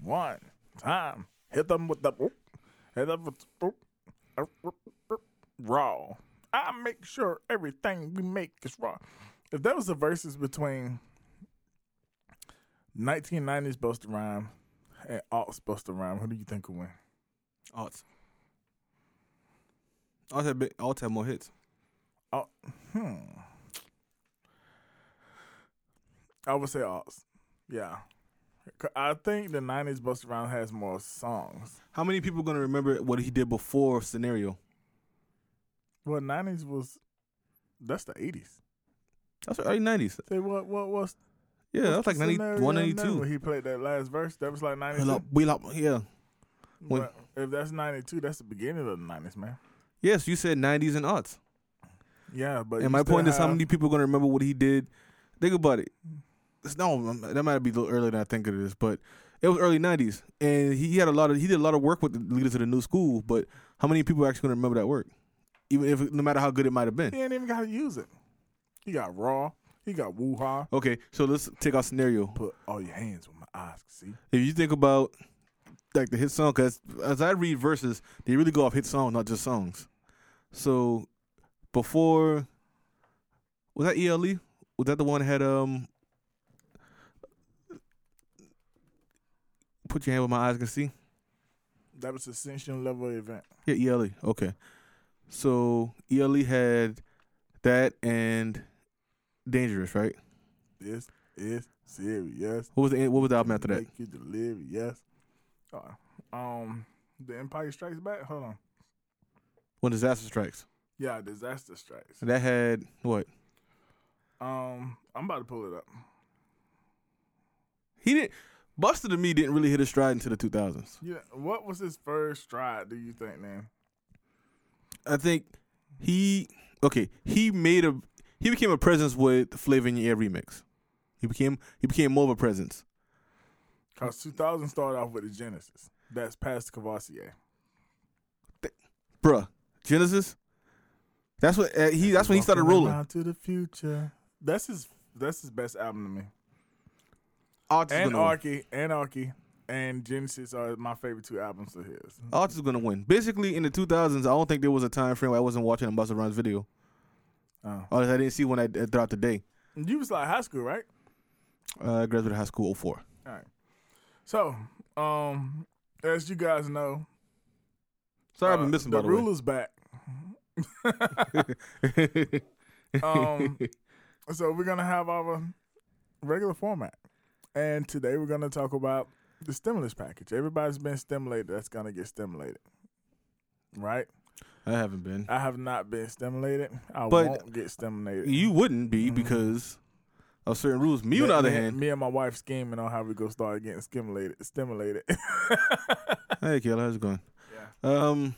one time. Hit them with the whoop, hit them with the whoop, uh, whoop, whoop, raw. I make sure everything we make is raw. If that was the verses between 1990s Busta Rhyme and Alt's Busta Rhyme, who do you think would win? Alts. Alts had, big, Alts had more hits. Alt, hmm. I would say Alt's. Yeah. I think the 90s Busta Rhyme has more songs. How many people gonna remember what he did before scenario? Well, 90s was, that's the 80s. That's the early nineties. Say what? What was? Yeah, that was like 91, 92. When he played that last verse, that was like We ninety two. love- we love- yeah. when- But If that's ninety two, that's the beginning of the nineties, man. Yes, you said nineties and aughts. Yeah, but you And my still point is, how have- many people gonna remember what he did? Think about it. It's, no, um, that might be a little earlier than I think it is, but it was early '90s, and he had a lot of he did a lot of work with the leaders of the new school. But how many people are actually gonna remember that work? Even if no matter how good it might have been. He ain't even got to use it. He got raw. He got woo ha. Okay, so let's take our scenario. Put all your hands with my eyes. See, If you think about like the hit song, because as I read verses, they really go off hit song, not just songs. So before was that ELE? Was that the one that had um put your hand where my eyes can see? that was ascension level event. Yeah, ELE. Okay. So ELE had that and Dangerous, right? This is serious. What was the what was the album after that? Make you delirious. Uh, um, the Empire Strikes Back. Hold on. When Disaster Strikes. Yeah, Disaster Strikes. That had what? Um, I'm about to pull it up. He didn't. Buster to me didn't really hit a stride until the 2000s. Yeah, what was his first stride? Do you think, man? I think he okay. He made a he became a presence with Flavor in Your Ear remix. He became he became more of a presence. Because 2000 started off with the Genesis. That's past Cavassier. Bruh, Genesis. That's what uh, he. That's when he started rolling. Out to the future. That's his. That's his best album to me. Arch is And gonna win. Arky, and Arky, and Genesis are my favorite two albums of his. Arch is gonna win. Basically, in the 2000s, I don't think there was a time frame where I wasn't watching a Busta Rhymes video. Oh. Or I didn't see one I, I throughout the day. You was like high school, right? Uh, I graduated high school 04. All right. So, um, as you guys know, Sorry, I've uh, been missing the by the ruler's back. way. Um, so we're gonna have our regular format, and today we're gonna talk about the stimulus package. Everybody's been stimulated. That's gonna get stimulated, right? I haven't been. I have not been stimulated. I But won't get stimulated. You wouldn't be Mhm. because of certain rules. Me, on the other me, hand, me and my wife scheming on how we go start getting stimulated. Stimulated. hey, Kayla, how's it going? Um,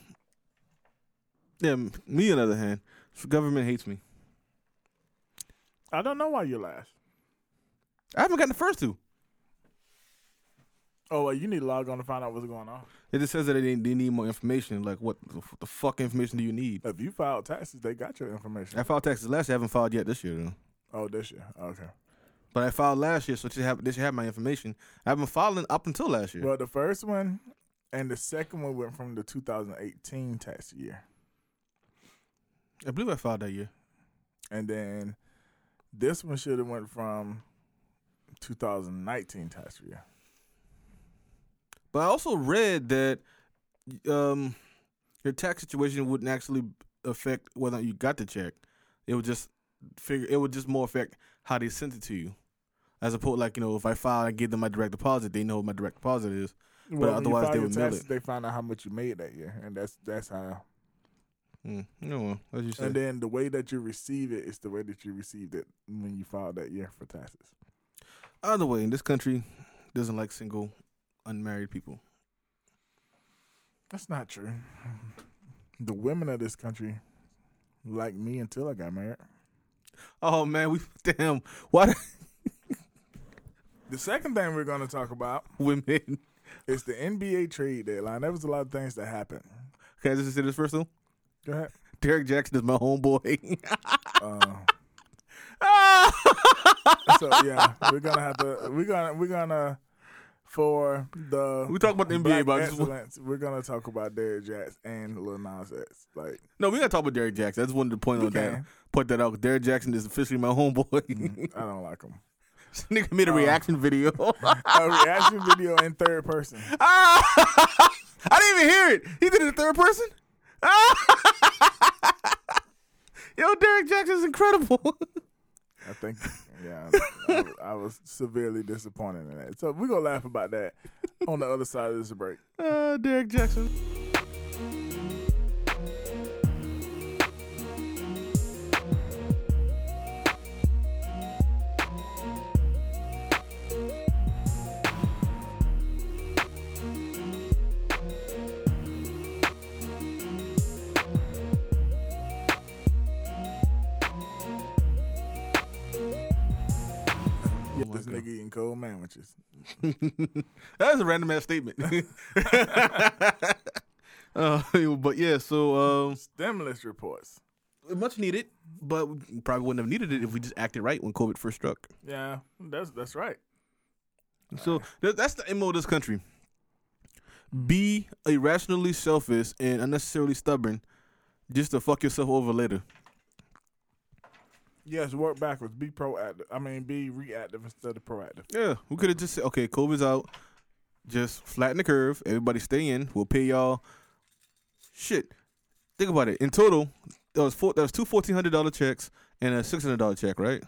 yeah, m- me on the other hand, the government hates me. I don't know why you laugh. I haven't gotten the first two. Oh, well, you need to log on to find out what's going on. It just says that they, they need more information. Like, what the f- the fuck information do you need? If you filed taxes, they got your information. I filed taxes last year. I haven't filed yet this year, though. Oh, this year. Okay. But I filed last year, so they have, they should have my information. I've been filing up until last year. Well, the first one and the second one went from the 2018 tax year, I believe I filed that year. and then this one should have went from 2019 tax year. But I also read that um, your tax situation wouldn't actually affect whether you got the check. It would just figure. It would just more affect how they sent it to you, as opposed like you know if I file and give them my direct deposit, they know what my direct deposit is. Well, when you otherwise file they your would mail They find out how much you made that year, and that's that's how. Mm, you know, well, as you said, And then the way that you receive it is the way that you received it when you filed that year for taxes. either way, in this country, doesn't like single, unmarried people. That's not true. The women of this country like me until I got married. Oh man, we damn why The second thing we're going to talk about women? is the NBA trade deadline. There was a lot of things that happened. Can I just say this first one? Go ahead. Derek Jackson is my homeboy. Uh, so yeah, we're gonna have to. We're gonna we're gonna for the We talk about the NBA, black but I just want, excellence, we're gonna talk about Derrick Jackson and Lil Nas X. Like no, we gotta talk about Derrick Jackson. I just wanted to point we on that, can. point that out. Derrick Jackson is officially my homeboy. I don't like him. this nigga made a Uh, reaction video. A reaction video in third person. Ah! I didn't even hear it. He did it in third person. Ah! Yo, Derek Jackson's incredible. I think, yeah, I, I was severely disappointed in that. So we're gonna laugh about that on the other side of this break. uh, Derek Jackson. Oh Yeah, Oh my this God. nigga eating cold sandwiches. That was a random ass statement. uh, but yeah, so um, Stimulus reports. much needed, but we probably wouldn't have needed it if we just acted right when COVID first struck. Yeah, that's that's right. So th- that's the MO of this country. Be irrationally selfish and unnecessarily stubborn just to fuck yourself over later. Yes, work backwards. Be proactive. I mean, be reactive instead of proactive. Yeah, we could have just said, okay, COVID's out. Just flatten the curve. Everybody stay in. We'll pay y'all. Shit. Think about it. In total, that was four, that was two fourteen hundred dollar checks and a six hundred dollar check, right?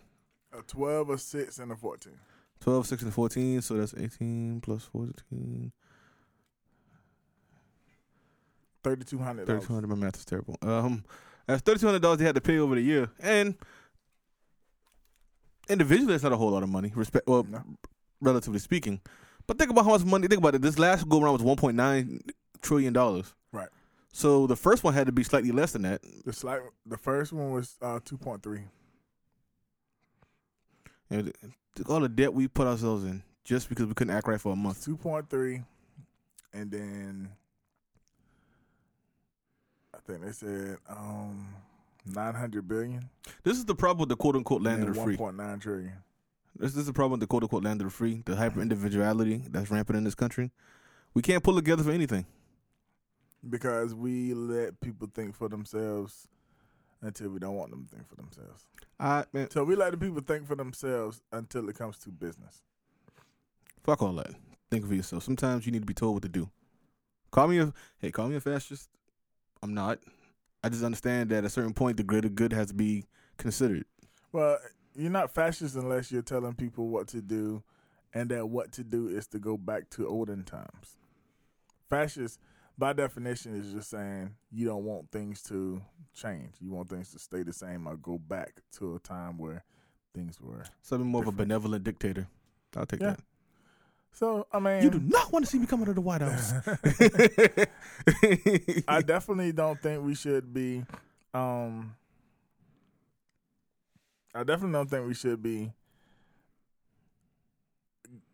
A twelve, a six, and a fourteen. 12, 6, and 14. So that's 18 plus 14. Thirty-two hundred. Thirty-two hundred. My math is terrible. Um, that's thirty-two hundred dollars they had to pay over the year, and individually, it's not a whole lot of money. Respect, well, No. relatively speaking. But think about how much money. Think about it. This last go round was one point nine trillion dollars. Right. So the first one had to be slightly less than that, The slight. The first one was uh, two point three. and it- took all the debt we put ourselves in just because we couldn't act right for a month. Two point three, and then I think they said um nine hundred billion. This is the problem with the quote unquote land of the One free. point nine trillion. This, this is the problem with the quote unquote land of the free, the hyper individuality that's rampant in this country. We can't pull together for anything. Because we let people think for themselves until we don't want them to think for themselves. I man, So we let the people think for themselves until it comes to business. Fuck all that. Think for yourself. Sometimes you need to be told what to do. Call me a hey, call me a fascist. I'm not. I just understand that at a certain point the greater good has to be considered. Well, you're not fascist unless you're telling people what to do, and that what to do is to go back to olden times. Fascist, by definition, is just saying you don't want things to change. You want things to stay the same or go back to a time where things were. Something more of a Different. benevolent dictator. I'll take Yeah. So I mean, that. You do not want to see me come out of the White House. I definitely don't think we should be. Um, I definitely don't think we should be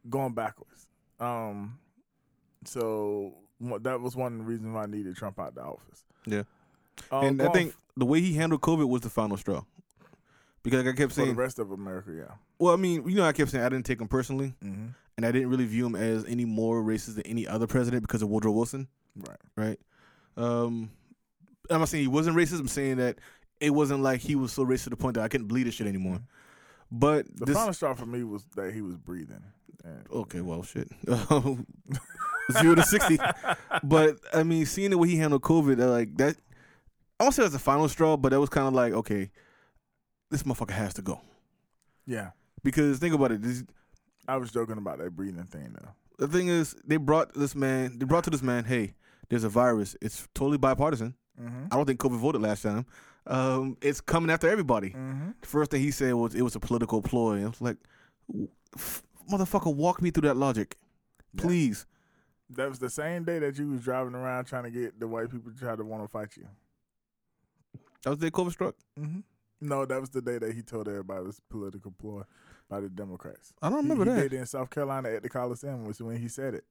going backwards. Um, so mo- that was one reason why I needed Trump out of the office. Yeah. Um, and I going think the way he handled COVID was the final straw. Because like I kept for the saying, rest of America, yeah. well, I mean, you know, I kept saying I didn't take him personally, Mm-hmm. and I didn't really view him as any more racist than any other president because of Woodrow Wilson. Right. right? Um, I'm not saying he wasn't racist. I'm saying that it wasn't like he was so racist to the point that I couldn't believe this shit anymore. But The this, final straw for me was that he was breathing. And- okay, well, shit, zero to sixty. But I mean, seeing the way he handled COVID, uh, like that, I won't say that's the final straw, but that was kind of like, okay, this motherfucker has to go yeah, because think about it. This, I was joking about that breathing thing though. the thing is, they brought this man. They brought to this man, hey, there's a virus. It's totally bipartisan. Mm-hmm. I don't think COVID voted last time. Um, it's coming after everybody. Mm-hmm. The first thing he said was it was a political ploy. I was like, w- f- motherfucker, walk me through that logic, Yeah. please. That was the same day that you was driving around trying to get the white people to try to want to fight you. That was the day COVID struck. Mm-hmm. No, that was the day that he told everybody it was a political ploy by the Democrats. I don't he, remember he that. did it in South Carolina at the Coliseum was when he said it.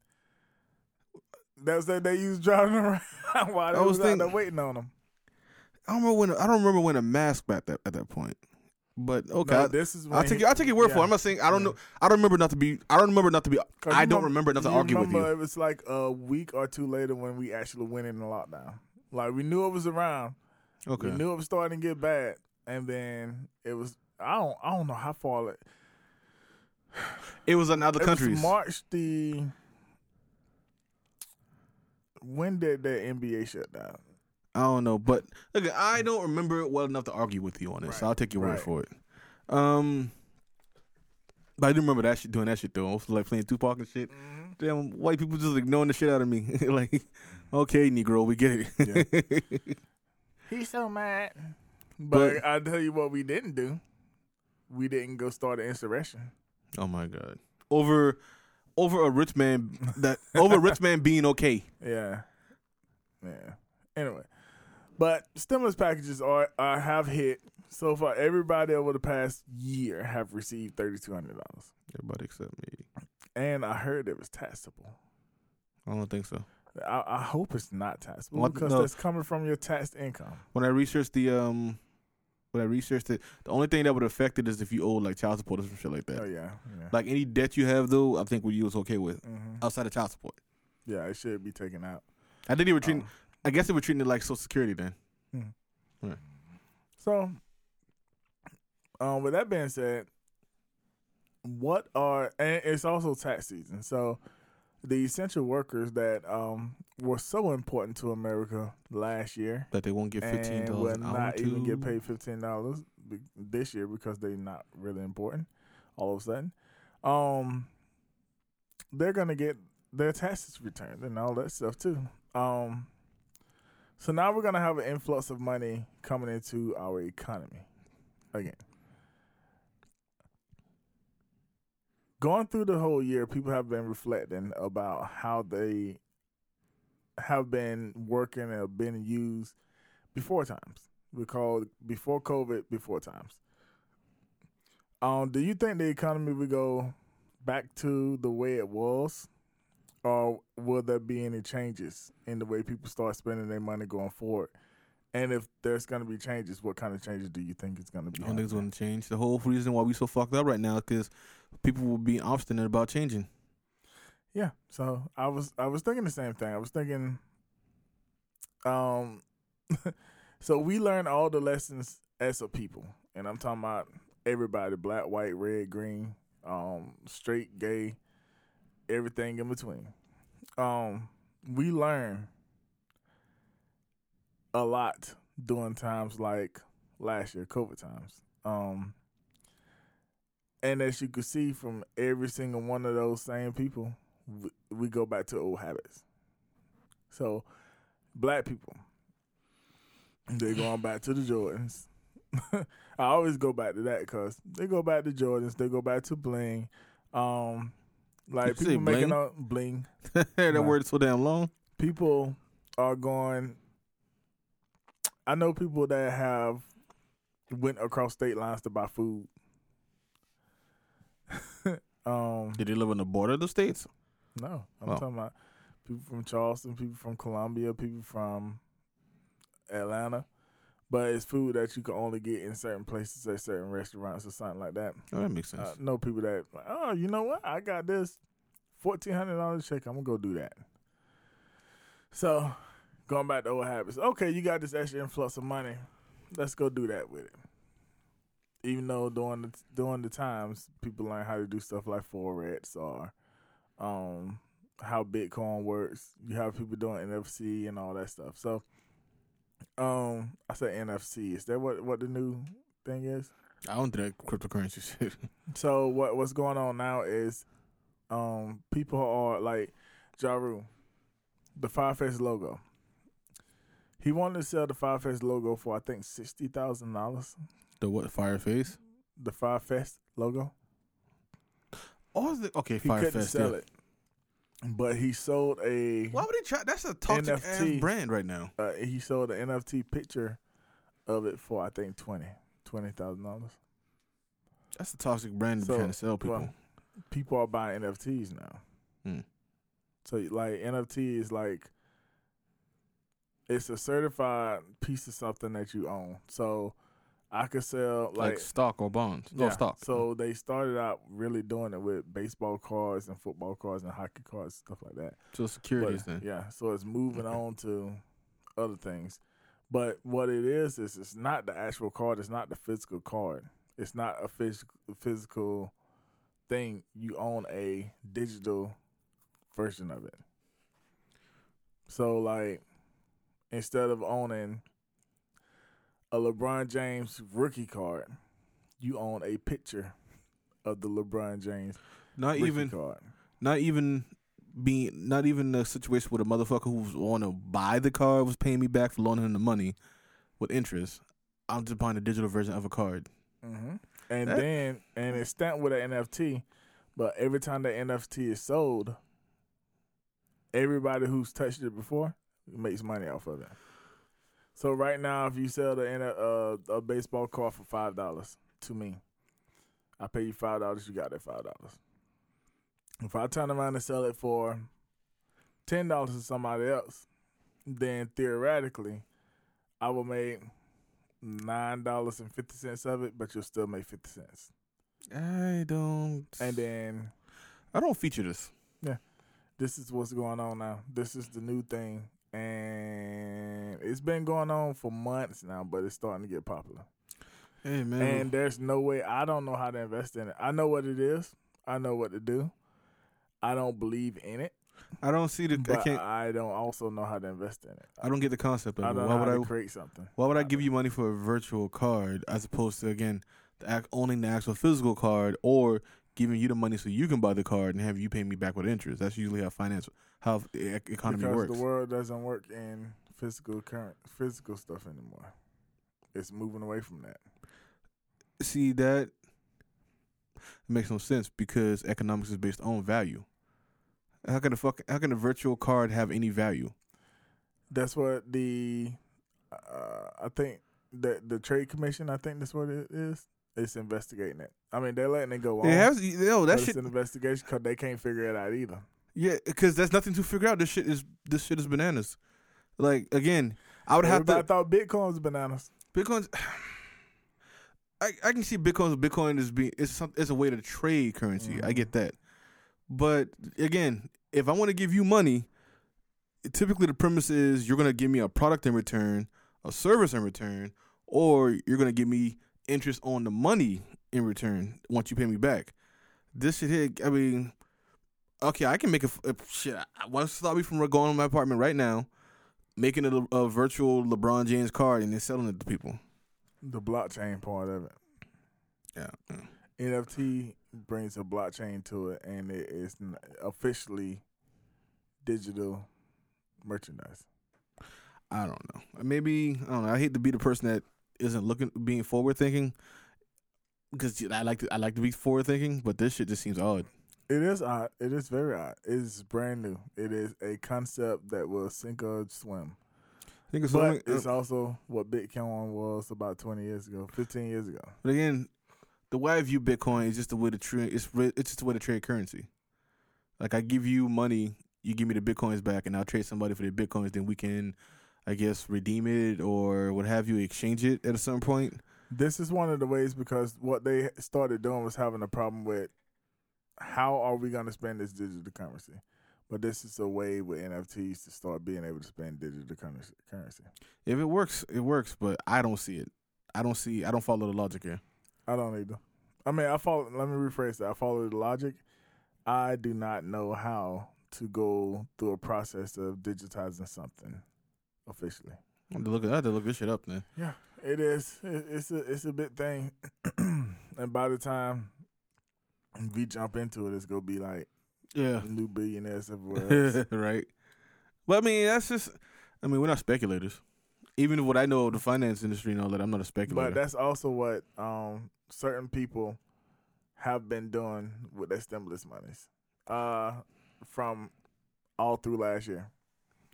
That was that day you was driving around while they I was, was out thinking- there waiting on him. I don't remember when. I don't remember when a mask at that at that point. But okay, No, I- this is when I take he- your I take your word for yeah. it. I'm not saying I don't know. I don't remember enough to be. I don't remember enough to be. 'Cause I you don't remem- remember enough to you argue with remember you. It was like a week or two later when we actually went in the lockdown. Like we knew it was around. Okay. We knew it was starting to get bad, and then it was. I don't. I don't know how far it. It was in other it countries. Was March the. When did the NBA shut down? I don't know, but look, I don't remember it well enough to argue with you on this. So Right, I'll take your word right. for it. Um, but I do remember that shit doing that shit though. I was like playing Tupac and shit. Damn, white people just ignoring the shit out of me. like, okay, Negro, we get it. Mm-hmm. He's so mad. But, But- I tell you what, we didn't do. We didn't go start an insurrection. oh my god, over over a rich man that over a rich man being okay. Yeah. Yeah. Anyway. But stimulus packages are, are have hit so far. Everybody over the past year have received thirty two hundred dollars, Everybody except me. and I heard it was taxable. I don't think so. I, I hope it's not taxable What- because no. that's coming from your taxed income. When I researched the um, when I researched it, the only thing that would affect it is if you owe like child support or some shit like that. Oh yeah, yeah. Like uh, any debt you have though, I think we was okay with hmm outside of child support. yeah, it should be taken out. I think they were treating. Um, I guess they were treating it like Social Security then. So, um, with that being said, what are and it's also tax season. So, the essential workers that um were so important to America last year That they won't get fifteen and will dollars an hour not even get to- paid fifteen dollars this year because they're not really important. All of a sudden, um, they're gonna get their taxes returned and all that stuff too. Um, so now we're gonna have an influx of money coming into our economy again. Going through the whole year, people have been reflecting about how they have been working and have been used before times. We called before COVID, before times. Um, do you think the economy will go back to the way it was, or will there be any changes in the way people start spending their money going forward? And if there's going to be changes, what kind of changes do you think it's going to be? I don't think it's happening? going to change. The whole reason why we so fucked up right now is because people will be obstinate about changing. Yeah. So I was I was thinking the same thing. I was thinking um so we learn all the lessons as a people. And I'm talking about everybody, black, white, red, green, um, straight, gay, everything in between. Um, we learn a lot during times like last year, COVID times. Um and as you can see from every single one of those same people, w- we go back to old habits. So, black people, they're going back to the Jordans. I always go back to that because they go back to Jordans, they go back to bling. Um, like Did you say people making bling? out bling. that Nah. word is so damn long. People are going. I know people that have went across state lines to buy food. um, Did they live on the border of the states? no, I'm Oh. talking about people from Charleston, people from Columbia, people from Atlanta. But it's food that you can only get in certain places at certain restaurants or something like that. Oh, that makes sense. I Uh, know people that, like, oh, you know what? I got this fourteen hundred dollars check. I'm gonna go do that. So, going back to old habits. Okay, you got this extra influx of money. Let's go do that with it. Even though during the during the times, people learn how to do stuff like forex or um, how Bitcoin works. You have people doing NFC and all that stuff. So, um, I said NFC. Is that what what the new thing is? I don't do that cryptocurrency shit. So what what's going on now is um people are like Jaru, the Fireface logo. He wanted to sell the Fireface logo for I think sixty thousand dollars. the what? Fireface? The Firefest logo. Oh, is it- okay, He couldn't Firefest. sell yeah. it. But he sold a Why would they try? That's a toxic NFT. ass brand right now. uh, he sold an NFT picture of it for I think twenty. Twenty thousand dollars. That's a toxic brand So, trying to sell people. well, people are buying NFTs now. Hmm. So like NFT is like it's a certified piece of something that you own. So I could sell like, like, stock or bonds. No yeah. stock. So they started out really doing it with baseball cards and football cards and hockey cards stuff like that. so securities But, then. yeah, so it's moving Okay. on to other things. But what it is is it's not the actual card. It's not the physical card. It's not a phys- physical thing. You own a digital version of it. So like, instead of owning a LeBron James rookie card, you own a picture of the LeBron James Not rookie even card. not even being not even a situation where the motherfucker who was want to buy the card was paying me back for loaning him the money with interest. I'm just buying a digital version of a card. hmm And That- then and it's stamped with an NFT, but every time the NFT is sold, everybody who's touched it before makes money off of it. So right now, if you sell the N- uh, a baseball card for five dollars to me, I pay you five dollars. You got that five dollars. If I turn around and sell it for ten dollars to somebody else, then theoretically, I will make nine dollars and fifty cents of it, but you'll still make fifty cents. I don't. And then I don't feature this. this is what's going on now. This is the new thing, and it's been going on for months now, but it's starting to get popular. Hey man. And there's no way I don't know how to invest in it. I know what it is. I know what to do. I don't believe in it, I don't see the. I but can't. I, don't also know how to invest in it. I don't get the concept I of it. don't Why know would how I? to create something. Why would I I give you money for a virtual card as opposed to again the act, owning the actual physical card or giving you the money so you can buy the card and have you pay me back with interest? That's usually how finance, how the ec- economy because works. the world doesn't work in physical current physical stuff anymore. It's moving away from that. See that makes no sense because economics is based on value. How can a fuck? How can a virtual card have any value? That's what the uh, I think the the trade commission. I think that's what it is. It's investigating it. I mean, they're letting it go on. It has. Yo, but that it's shit. an investigation because they can't figure it out either. Yeah, because that's nothing to figure out. This shit is this shit is bananas. Like again, I would have Everybody to thought Bitcoin was bananas. Bitcoin's. I I can see Bitcoin's Bitcoin is being it's some, it's a way to trade currency. I Mhm. get that, but again, if I want to give you money, typically the premise is you're gonna give me a product in return, a service in return, or you're gonna give me interest on the money in return once you pay me back. This shit here, I mean, okay, I can make a, f- a- shit. I want to stop me from going to my apartment right now, making a, a virtual LeBron James card and then selling it to people. The blockchain part of it. Yeah. NFT brings a blockchain to it, and it is n- officially digital merchandise. I don't know. Maybe I don't know. I hate to be the person that isn't looking being forward thinking because you know, I like to I like to be forward thinking, but this shit just seems odd. It is odd. It is very odd. It's brand new. It is a concept that will sink or swim. I think it's, But something, it's also what Bitcoin was about 20 years ago, 15 years ago. but again, the way I view Bitcoin is just the way to trade. It's re- it's just a way to trade currency. Like I give you money, you give me the bitcoins back, and I'll trade somebody for their bitcoins. Then we can, I guess, redeem it or what have you, exchange it at a certain point. This is one of the ways because what they started doing was having a problem with how are we going to spend this digital currency? But this is a way with NFTs to start being able to spend digital currency. currency. If it works, it works. But I don't see it. I don't see. I don't follow the logic here. I don't either. I mean, I follow. Let me rephrase that. I follow the logic. I do not know how to go through a process of digitizing something officially. I have to look. I have to look this shit up, man. Yeah, it is. It- It's a it's a big thing, and by the time we jump into it, it's gonna be like Yeah. new billionaires everywhere. else. right. But I mean, that's just. I mean, we're not speculators. Even if what I know of the finance industry and all that, I'm not a speculator. but that's also what um, certain people have been doing with their stimulus monies uh, from all through last year,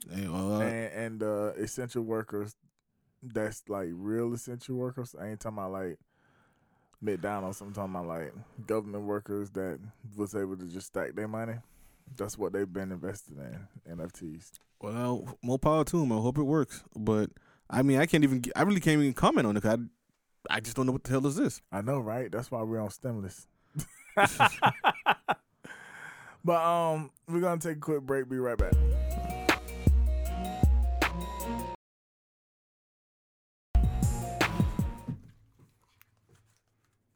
Hey, well, uh, and, and uh, essential workers. That's like real essential workers. I ain't talking about like McDonald's. I'm talking about like government workers that was able to just stack their money. That's what they've been invested in NFTs. well, more power to 'em. I hope it works. But I mean, I can't even. I really can't even comment on it. 'cause I I just don't know what the hell is this. I know, right? That's why we're on stimulus. but um, we're gonna take a quick break. Be right back.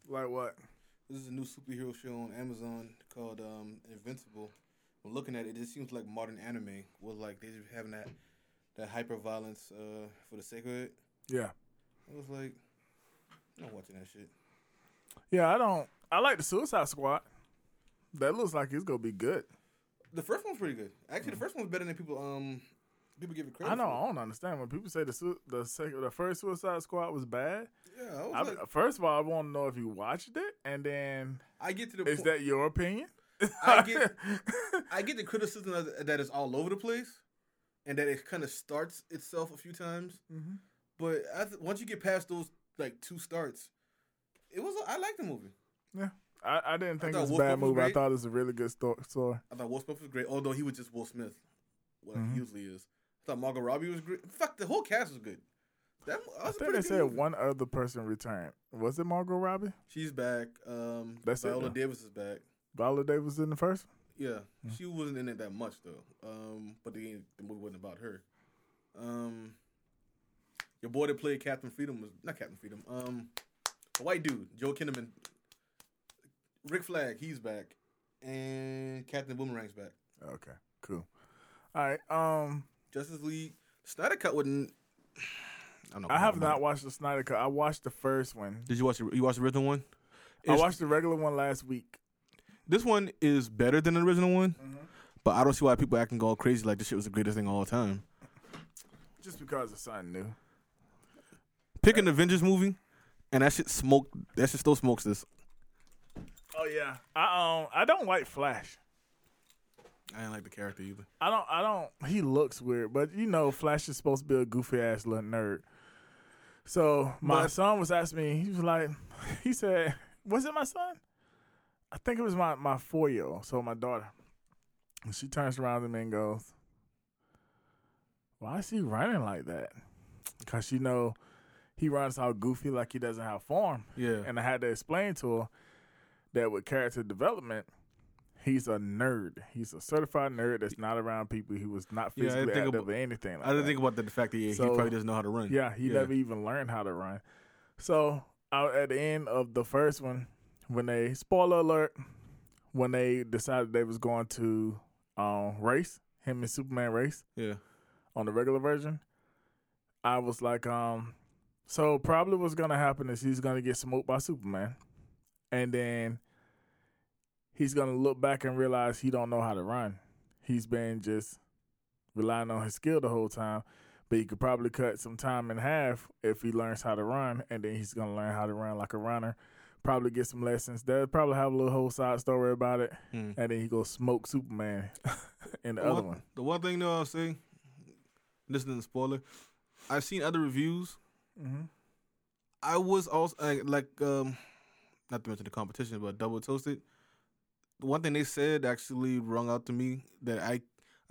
Like what? This is a new superhero show on Amazon called um, Invincible. When looking at it, it seems like modern anime. With like they just having that that hyper violence uh, for the sake of it. Yeah, I was like, I'm not watching that shit. yeah. I don't. I like the Suicide Squad. That looks like it's gonna be good. The first one's pretty good. Actually, the first one's better than people um people give it credit. Mm. I know. For. I don't understand when people say the su- the second, the first Suicide Squad was bad. Yeah, I, was I, like, first of all, I want to know if you watched it, and then I get to the is point- that your opinion? I get- I get the criticism of, that it's all over the place, and that it kind of starts itself a few times. Mhm. But I th- once you get past those like two starts, it was I liked the movie. I, I didn't think thought it was a Wolf bad Wolf was movie. I great. thought it was a really good sto- story. I thought Will Smith was great, although he was just Will Smith, what Mhm. he usually is. I thought Margot Robbie was great. Fuck, the whole cast was good. That that I was a think pretty they good said movie. one other person returned. Was it Margot Robbie? She's back. Um, That's it, Viola though. Davis is back. Viola Davis in the first Yeah, she wasn't in it that much though. Um, but the the movie wasn't about her. Um, your boy that played Captain Freedom was not Captain Freedom. Um, a white dude, Joe Kinnaman, Rick Flag, he's back, and Captain Boomerang's back. one? Okay, cool. All right. Um, Justice League Snyder Cut wouldn't. I, don't know I have about not it. watched the Snyder Cut. I watched the first one. Did you watch? the- You watched the original one? I It's- watched the regular one last week. This one is better than the original one, but I don't see why people acting all crazy like this shit was the greatest thing of all time. Just because it's something new. Pick an Avengers movie, and that shit smoke. That shit still smokes this. Oh yeah. I um I don't like Flash. I didn't like the character either. I don't. I don't. He looks weird, but you know, Flash is supposed to be a goofy ass little nerd. So my But- son was asking me. He was like, he said, "Was it my son?" I think it was my my four year old. So my daughter. And she turns around to me and goes, "Why is he running like that?" Because she know he runs all goofy, like he doesn't have form. Yeah. And I had to explain to her that with character development, he's a nerd. He's a certified nerd that's not around people. He was not Yeah, I physically didn't think active abo- or anything like I didn't that. think about the, the fact that yeah, he So- probably doesn't know how to run. yeah, he Yeah. never even learned how to run. So I, at the end of the first one, when they spoiler alert, when they decided they was going to um, race him and Superman race, Yeah. on the regular version, I was like, um, so probably what's gonna happen is he's gonna get smoked by Superman, and then he's gonna look back and realize he don't know how to run. He's been just relying on his skill the whole time, but he could probably cut some time in half if he learns how to run, and then he's gonna learn how to run like a runner. Probably get some lessons. They'll probably have a little whole side story about it, Hmm. and then he go smoke Superman in the The other one- one. The one thing though I'll say, this isn't a spoiler. I've seen other reviews. Mm-hmm. I was also I, like, um, not to mention the competition, but double toasted. The One thing they said actually rung out to me that I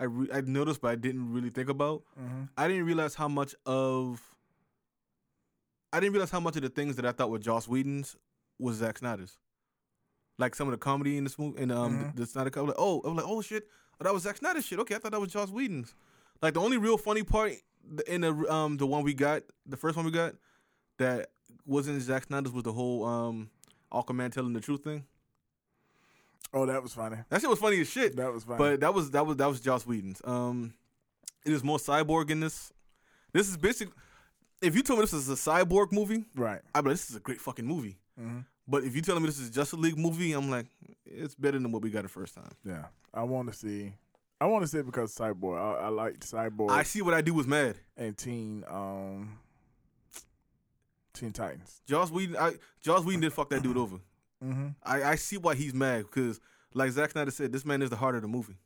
I re- I noticed, but I didn't really think about. Mm-hmm. I didn't realize how much of I didn't realize how much of the things that I thought were Joss Whedon's was Zack Snyder's. Like some of the comedy in this movie and um Mhm. the, the Snyder Cut. Like, oh, I was like, oh shit, oh, that was Zack Snyder's shit. Okay, I thought that was Joss Whedon's. Like the only real funny part in the um the one we got, the first one we got that wasn't Zack Snyder's was the whole um Aquaman telling the truth thing. Oh, that was funny. That shit was funny as shit. That was funny. But that was that was that was Joss Whedon's. Um, it is more cyborg in this. This is basically. If you told me this is a cyborg movie, right. Mm-hmm. I'd be like, this is a great fucking movie. But if you tell me this is just a League movie, I'm like, it's better than what we got the first time. Yeah. I want to see. I want to see it because Cyborg. I, I like Cyborg I see what I do was mad. and Teen um Teen Titans. Joss Whedon, I, Joss Whedon did fuck that dude over. Mm-hmm. I, I see why he's mad because, like Zack Snyder said, this man is the heart of the movie.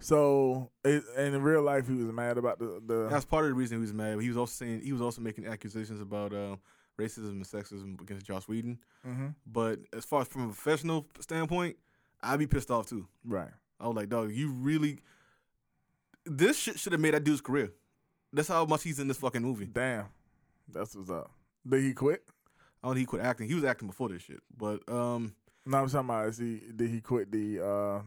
So it, and in real life, he was mad about the the. That's part of the reason he was mad. But he was also saying he was also making accusations about uh, racism and sexism against Joss Whedon. Mhm. But as far as from a professional standpoint, I'd be pissed off too. Right. I was like, dog, you really. This shit should have made that dude's career. That's how much he's in this fucking movie. Damn. That's what's up. Did he quit? I don't think he quit acting. He was acting before this shit. But um, No, I'm talking about is he did he quit the uh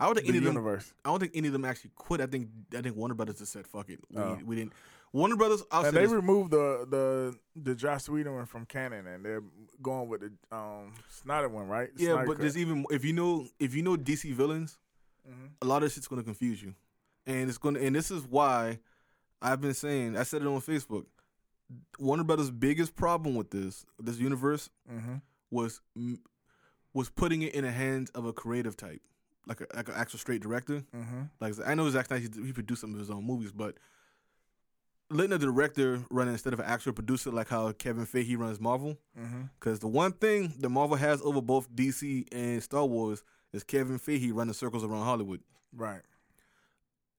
I don't think the any of them. universe? I don't think any of them actually quit. I think I think Warner Brothers just said fuck it. We, Oh. we didn't. Warner Brothers. I'll say and they this. removed the the the Josh Whedon one from canon, and they're going with the um Snyder one, right? yeah, Snyder but cut. there's even if you know if you know DC villains, Mhm. a lot of shit's gonna confuse you, and it's gonna and this is why I've been saying I said it on Facebook. Warner Brothers' biggest problem with this this universe Mhm. was m- was putting it in the hands of a creative type, like a, like an actual straight director. Mhm. Like I know Zack Snyder, he, he produced some of his own movies, but letting a director run it instead of an actual producer, like how Kevin Feige runs Marvel, Mhm. because the one thing that Marvel has over both DC and Star Wars is Kevin Feige running circles around Hollywood. Right.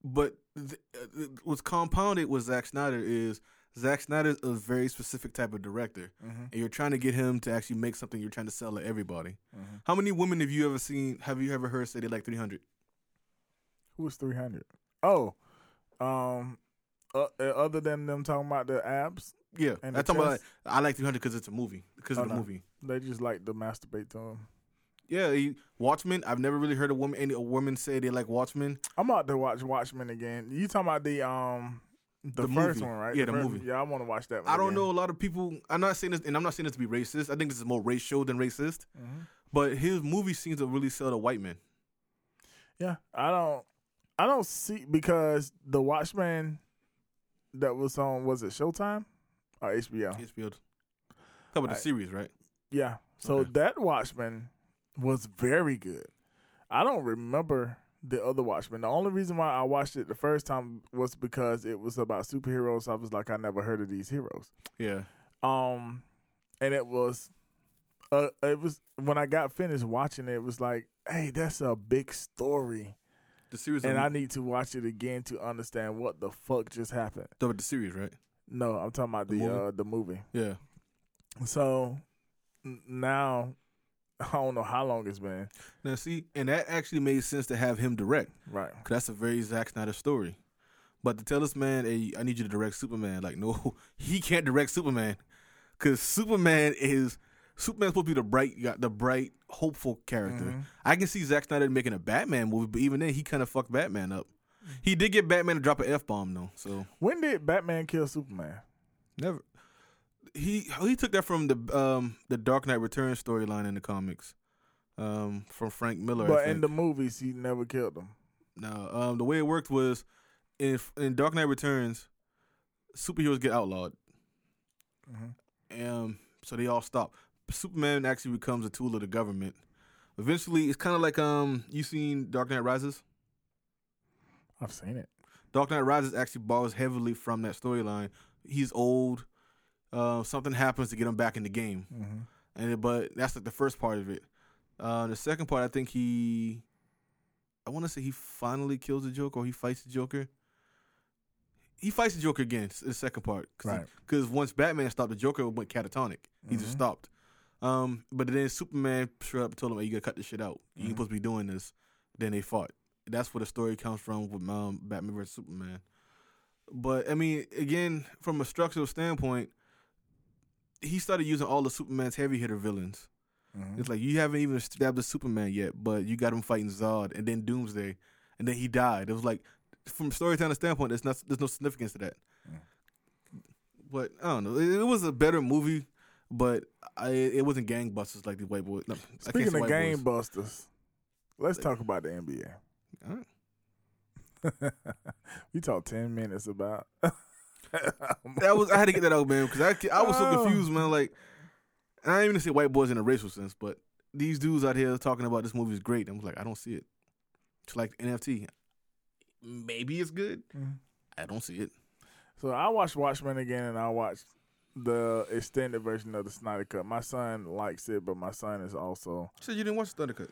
But th- uh, th- what's compounded with Zack Snyder is Zack Snyder's a very specific type of director, Mhm. and you're trying to get him to actually make something you're trying to sell to everybody. Mhm. How many women have you ever seen? Have you ever heard say they like 300? Who was 300? Oh. Um uh, uh, other than them talking about the abs, Yeah, And that's the talking about. chest? I like 300 because it's a movie, because Oh, of the no. movie. they just like to masturbate to them. Yeah, he, Watchmen. I've never really heard a woman any a woman say they like Watchmen. I'm about to watch Watchmen again. You talking about the um the, The first movie. one, right? Yeah, the first- movie. Oh, Yeah, I want to watch that. one I don't again. know a lot of people. I'm not saying this, and I'm not saying this to be racist. I think this is more racial than racist. Mhm. But his movie seems to really sell to white men. Yeah, I don't. I don't see because the Watchmen that was on was it Showtime or HBO? It's built. Talk about Oh. I- the series, right? Yeah. So Okay. that Watchmen was very good. I don't remember the other Watchmen. The only reason why I watched it the first time was because it was about superheroes. I was like, I never heard of these heroes. Yeah. Um, and it was, uh, it was when I got finished watching it, it was like, hey, that's a big story, The series. and of- I need to watch it again to understand what the fuck just happened. talk about the series, right? No, I'm talking about The the movie? uh, the movie. Yeah. So n- now, I don't know how long it's been. Now see, and that actually made sense to have him direct. Right. 'cause that's a very Zack Snyder story. But to tell this man, hey, I need you to direct Superman. Like, no, he can't direct Superman, because Superman is Superman's supposed to be the bright, guy- the bright, hopeful character. Mhm. I can see Zack Snyder making a Batman movie, but even then, he kind of fucked Batman up. He did get Batman to drop an f bomb though, so When did Batman kill Superman? never. He he took that from the um the Dark Knight Returns storyline in the comics, um from Frank Miller. I but think. in the movies, he never killed him. No, um, the way it worked was in in Dark Knight Returns, superheroes get outlawed, Mm-hmm. um, so they all stop. Superman actually becomes a tool of the government. Eventually, it's kind of like um, you seen Dark Knight Rises. I've seen it. Dark Knight Rises actually borrows heavily from that storyline. He's old. Uh, something happens to get him back in the game, hmm and but that's like the first part of it. Uh, the second part, I think he, I want to say he finally kills the Joker or he fights the Joker. He fights the Joker again. s- The second part, Right. Because once Batman stopped, the Joker went catatonic. He just Mhm. stopped. Um, but then Superman straight up and told him, "Hey, you gotta cut this shit out. You Mhm. ain't supposed to be doing this." Then they fought. That's where the story comes from with um, Batman versus Superman. But I mean, again, from a structural standpoint, he started using all of Superman's heavy hitter villains. hmm It's like you haven't even established Superman yet, but you got him fighting Zod and then Doomsday, and then he died. It was like, from storytelling standpoint, there's not there's no significance to that. Mm. But I don't know. It, it was a better movie, but I it wasn't gangbusters like the white boy. No, I can't Speaking say of white game boys. busters, let's talk about the NBA. All right. we talked ten minutes about. that was I had to get that out, man, because I I was so Oh. confused, man. Like, and I didn't even say white boys in a racial sense, but these dudes out here talking about this movie is great. I'm like, I don't see it. It's like NFT. Maybe it's good. Mhm. I don't see it. so I watched Watchmen again, and I watched the extended version of the Snyder Cut. My son likes it, but my son is also So you didn't watch Snyder Cut.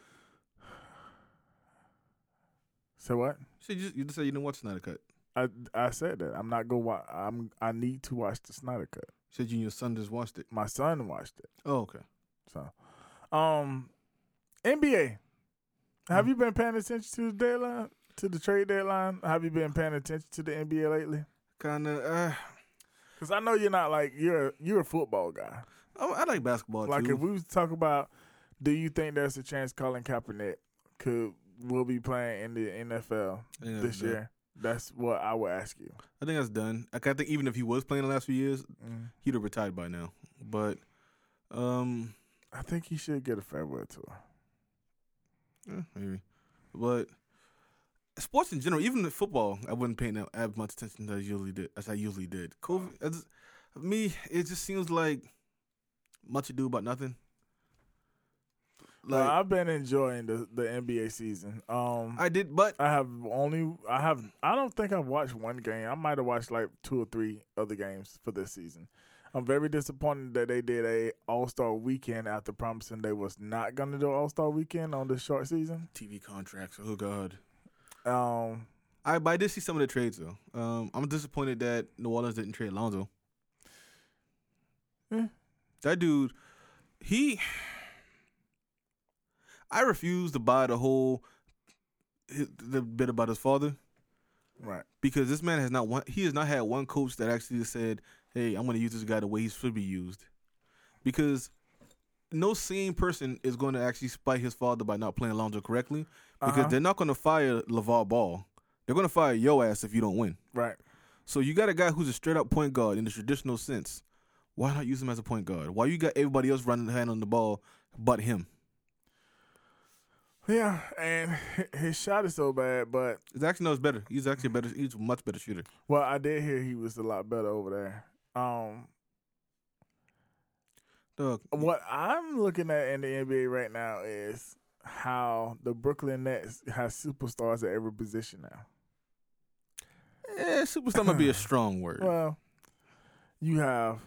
say what So you just, you just said you didn't watch Snyder Cut. You I I said that I'm not going. Wa- I'm I need to watch the Snyder Cut. said you and your son just watched it. My son watched it, Oh, okay. so um, NBA. Have you been paying attention to the deadline, to the trade deadline? Have you been paying attention to the NBA lately? Kind of. Uh, Because I know you're not like you're you're a football guy. I, I like basketball Like too. if we was to talk about, do you think there's a chance Colin Kaepernick could will be playing in the NFL I think that's this done. year? That's what I would ask you. I think that's done. Like, I think even if he was playing the last few years, Mm. he'd have retired by now. But um, I think he should get a farewell tour. eh, maybe. But sports in general, even the football, I wouldn't pay that as much attention as I usually did. As I usually did. COVID, I just- me, it just seems like much ado about nothing. Like, Like I've been enjoying the, the NBA season. Um, I, I did, but have only I have I don't think I've watched one game. I might have watched like two or three other games for this season. I'm very disappointed that they did a All Star Weekend after promising they was not going to do All Star Weekend on this short season. TV contracts. Oh God. Um, I but I did see some of the trades though. Um, I'm disappointed that New Orleans didn't trade Lonzo. Yeah. That dude, he. I refuse to buy the whole the bit about his father right. because this man has not one. He has not had one coach that actually said, "Hey, I'm going to use this guy the way he should be used," because no sane person is going to actually spite his father by not playing Lonzo correctly because Uh-huh. they're not going to fire LeVar Ball. They're going to fire your ass if you don't win. Right. So you got a guy who's a straight up point guard in the traditional sense. Why not use him as a point guard? Why you got everybody else running the hand on the ball but him? Yeah, and hi- his shot is so bad, but It's actually no, it's better. He's actually a better. He's a much better shooter. well, I did hear he was a lot better over there. Um, Dog, Uh, what I'm looking at in the NBA right now is how the Brooklyn Nets has superstars at every position now. eh, superstar might be a strong word. Well, you have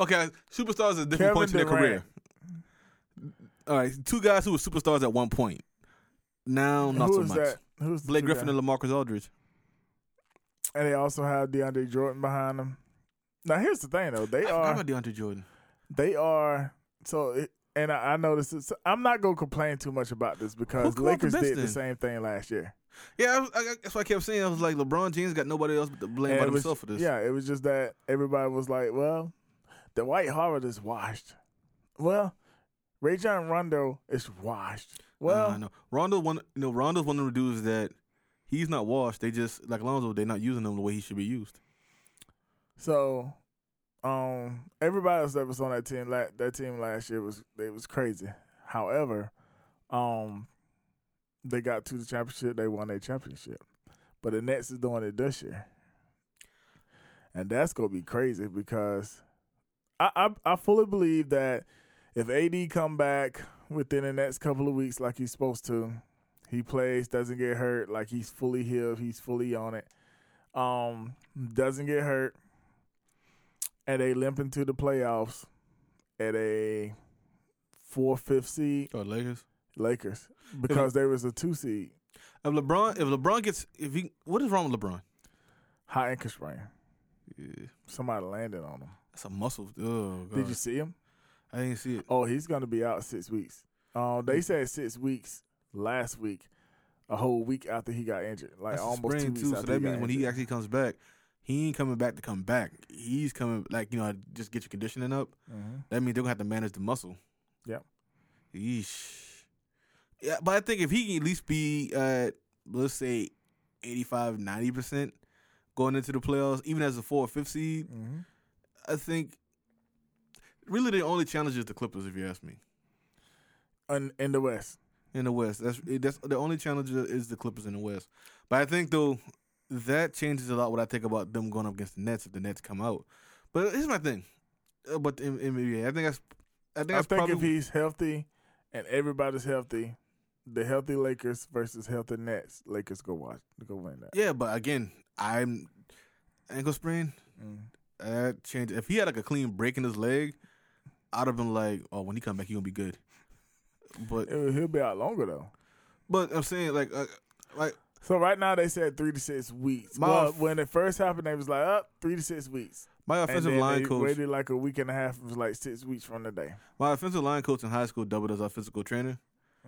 Okay, superstars at different Kevin points in their career. Durant. All right, two guys who were superstars at one point. Now not who so is much. that? Who's the Blake two Griffin guys? and LaMarcus Aldridge. and they also have DeAndre Jordan behind them. Now here's the thing though, they I are forgot about DeAndre Jordan. they are so. It, and I, I noticed it's, I'm not gonna complain too much about this because come out the Lakers best did then? the same thing last year. Yeah, I, was- I, I- that's why I kept saying I was like LeBron James got nobody else but to blame And but it was- himself for this. Yeah, it was just that everybody was like, well, the White Harvard is washed. Well, Ray John Rondo is washed. Well, uh, no. Rondo one, you know, Rondo's one of the dudes that he's not washed. They just like Lonzo, they're not using him the way he should be used. so um, everybody else that was on that team, la- that team last year was they was crazy. However, um, they got to the championship. They won their championship, but the Nets is doing it this year, and that's gonna be crazy because I I, I fully believe that if AD come back within the next couple of weeks like he's supposed to, he plays, doesn't get hurt, like he's fully healed, he's fully on it, um, doesn't get hurt, and they limp into the playoffs at a four fifth seed. Oh, Lakers. Lakers because they was a two seed, If LeBron, if LeBron gets, if he, what is wrong with LeBron? high ankle sprain. Yeah, Somebody landed on him. that's a muscle. Oh god, Did you see him? I didn't see it. Oh, he's gonna be out six weeks. Um, they said six weeks last week, a whole week after he got injured, like That's a almost two sprain weeks too. So after that he got means when he injured. actually comes back, he ain't coming back to come back. He's coming like you know, just get your conditioning up. Mhm. That means they're gonna have to manage the muscle. Yep. Yeesh. Yeah, but I think if he can at least be at let's say 85, 90 percent going into the playoffs, even as a four or fifth seed, Mhm. I think really the only challenge is the Clippers, if you ask me. In, in the West, In the West. That's that's the only challenge is the Clippers in the West. But I think though that changes a lot what I think about them going up against the Nets if the Nets come out. But here's my thing. uh, But the NBA, I think that's I think I that's think probably if he's healthy and everybody's healthy, the healthy Lakers versus healthy Nets, Lakers go watch, go win that. Yeah, but again, I'm ankle sprain. Mhm. That changed. If he had like a clean break in his leg, I'd have been like, oh, when he come back, he gonna be good. But It- he'll be out longer though. but I'm saying like uh, like So right now they said three to six weeks. My well, off- when it first happened, they was like, up three to six weeks. my offensive and then line they coach, waited like a week and a half. It was like six weeks from today. my offensive line coach in high school doubled as our physical trainer.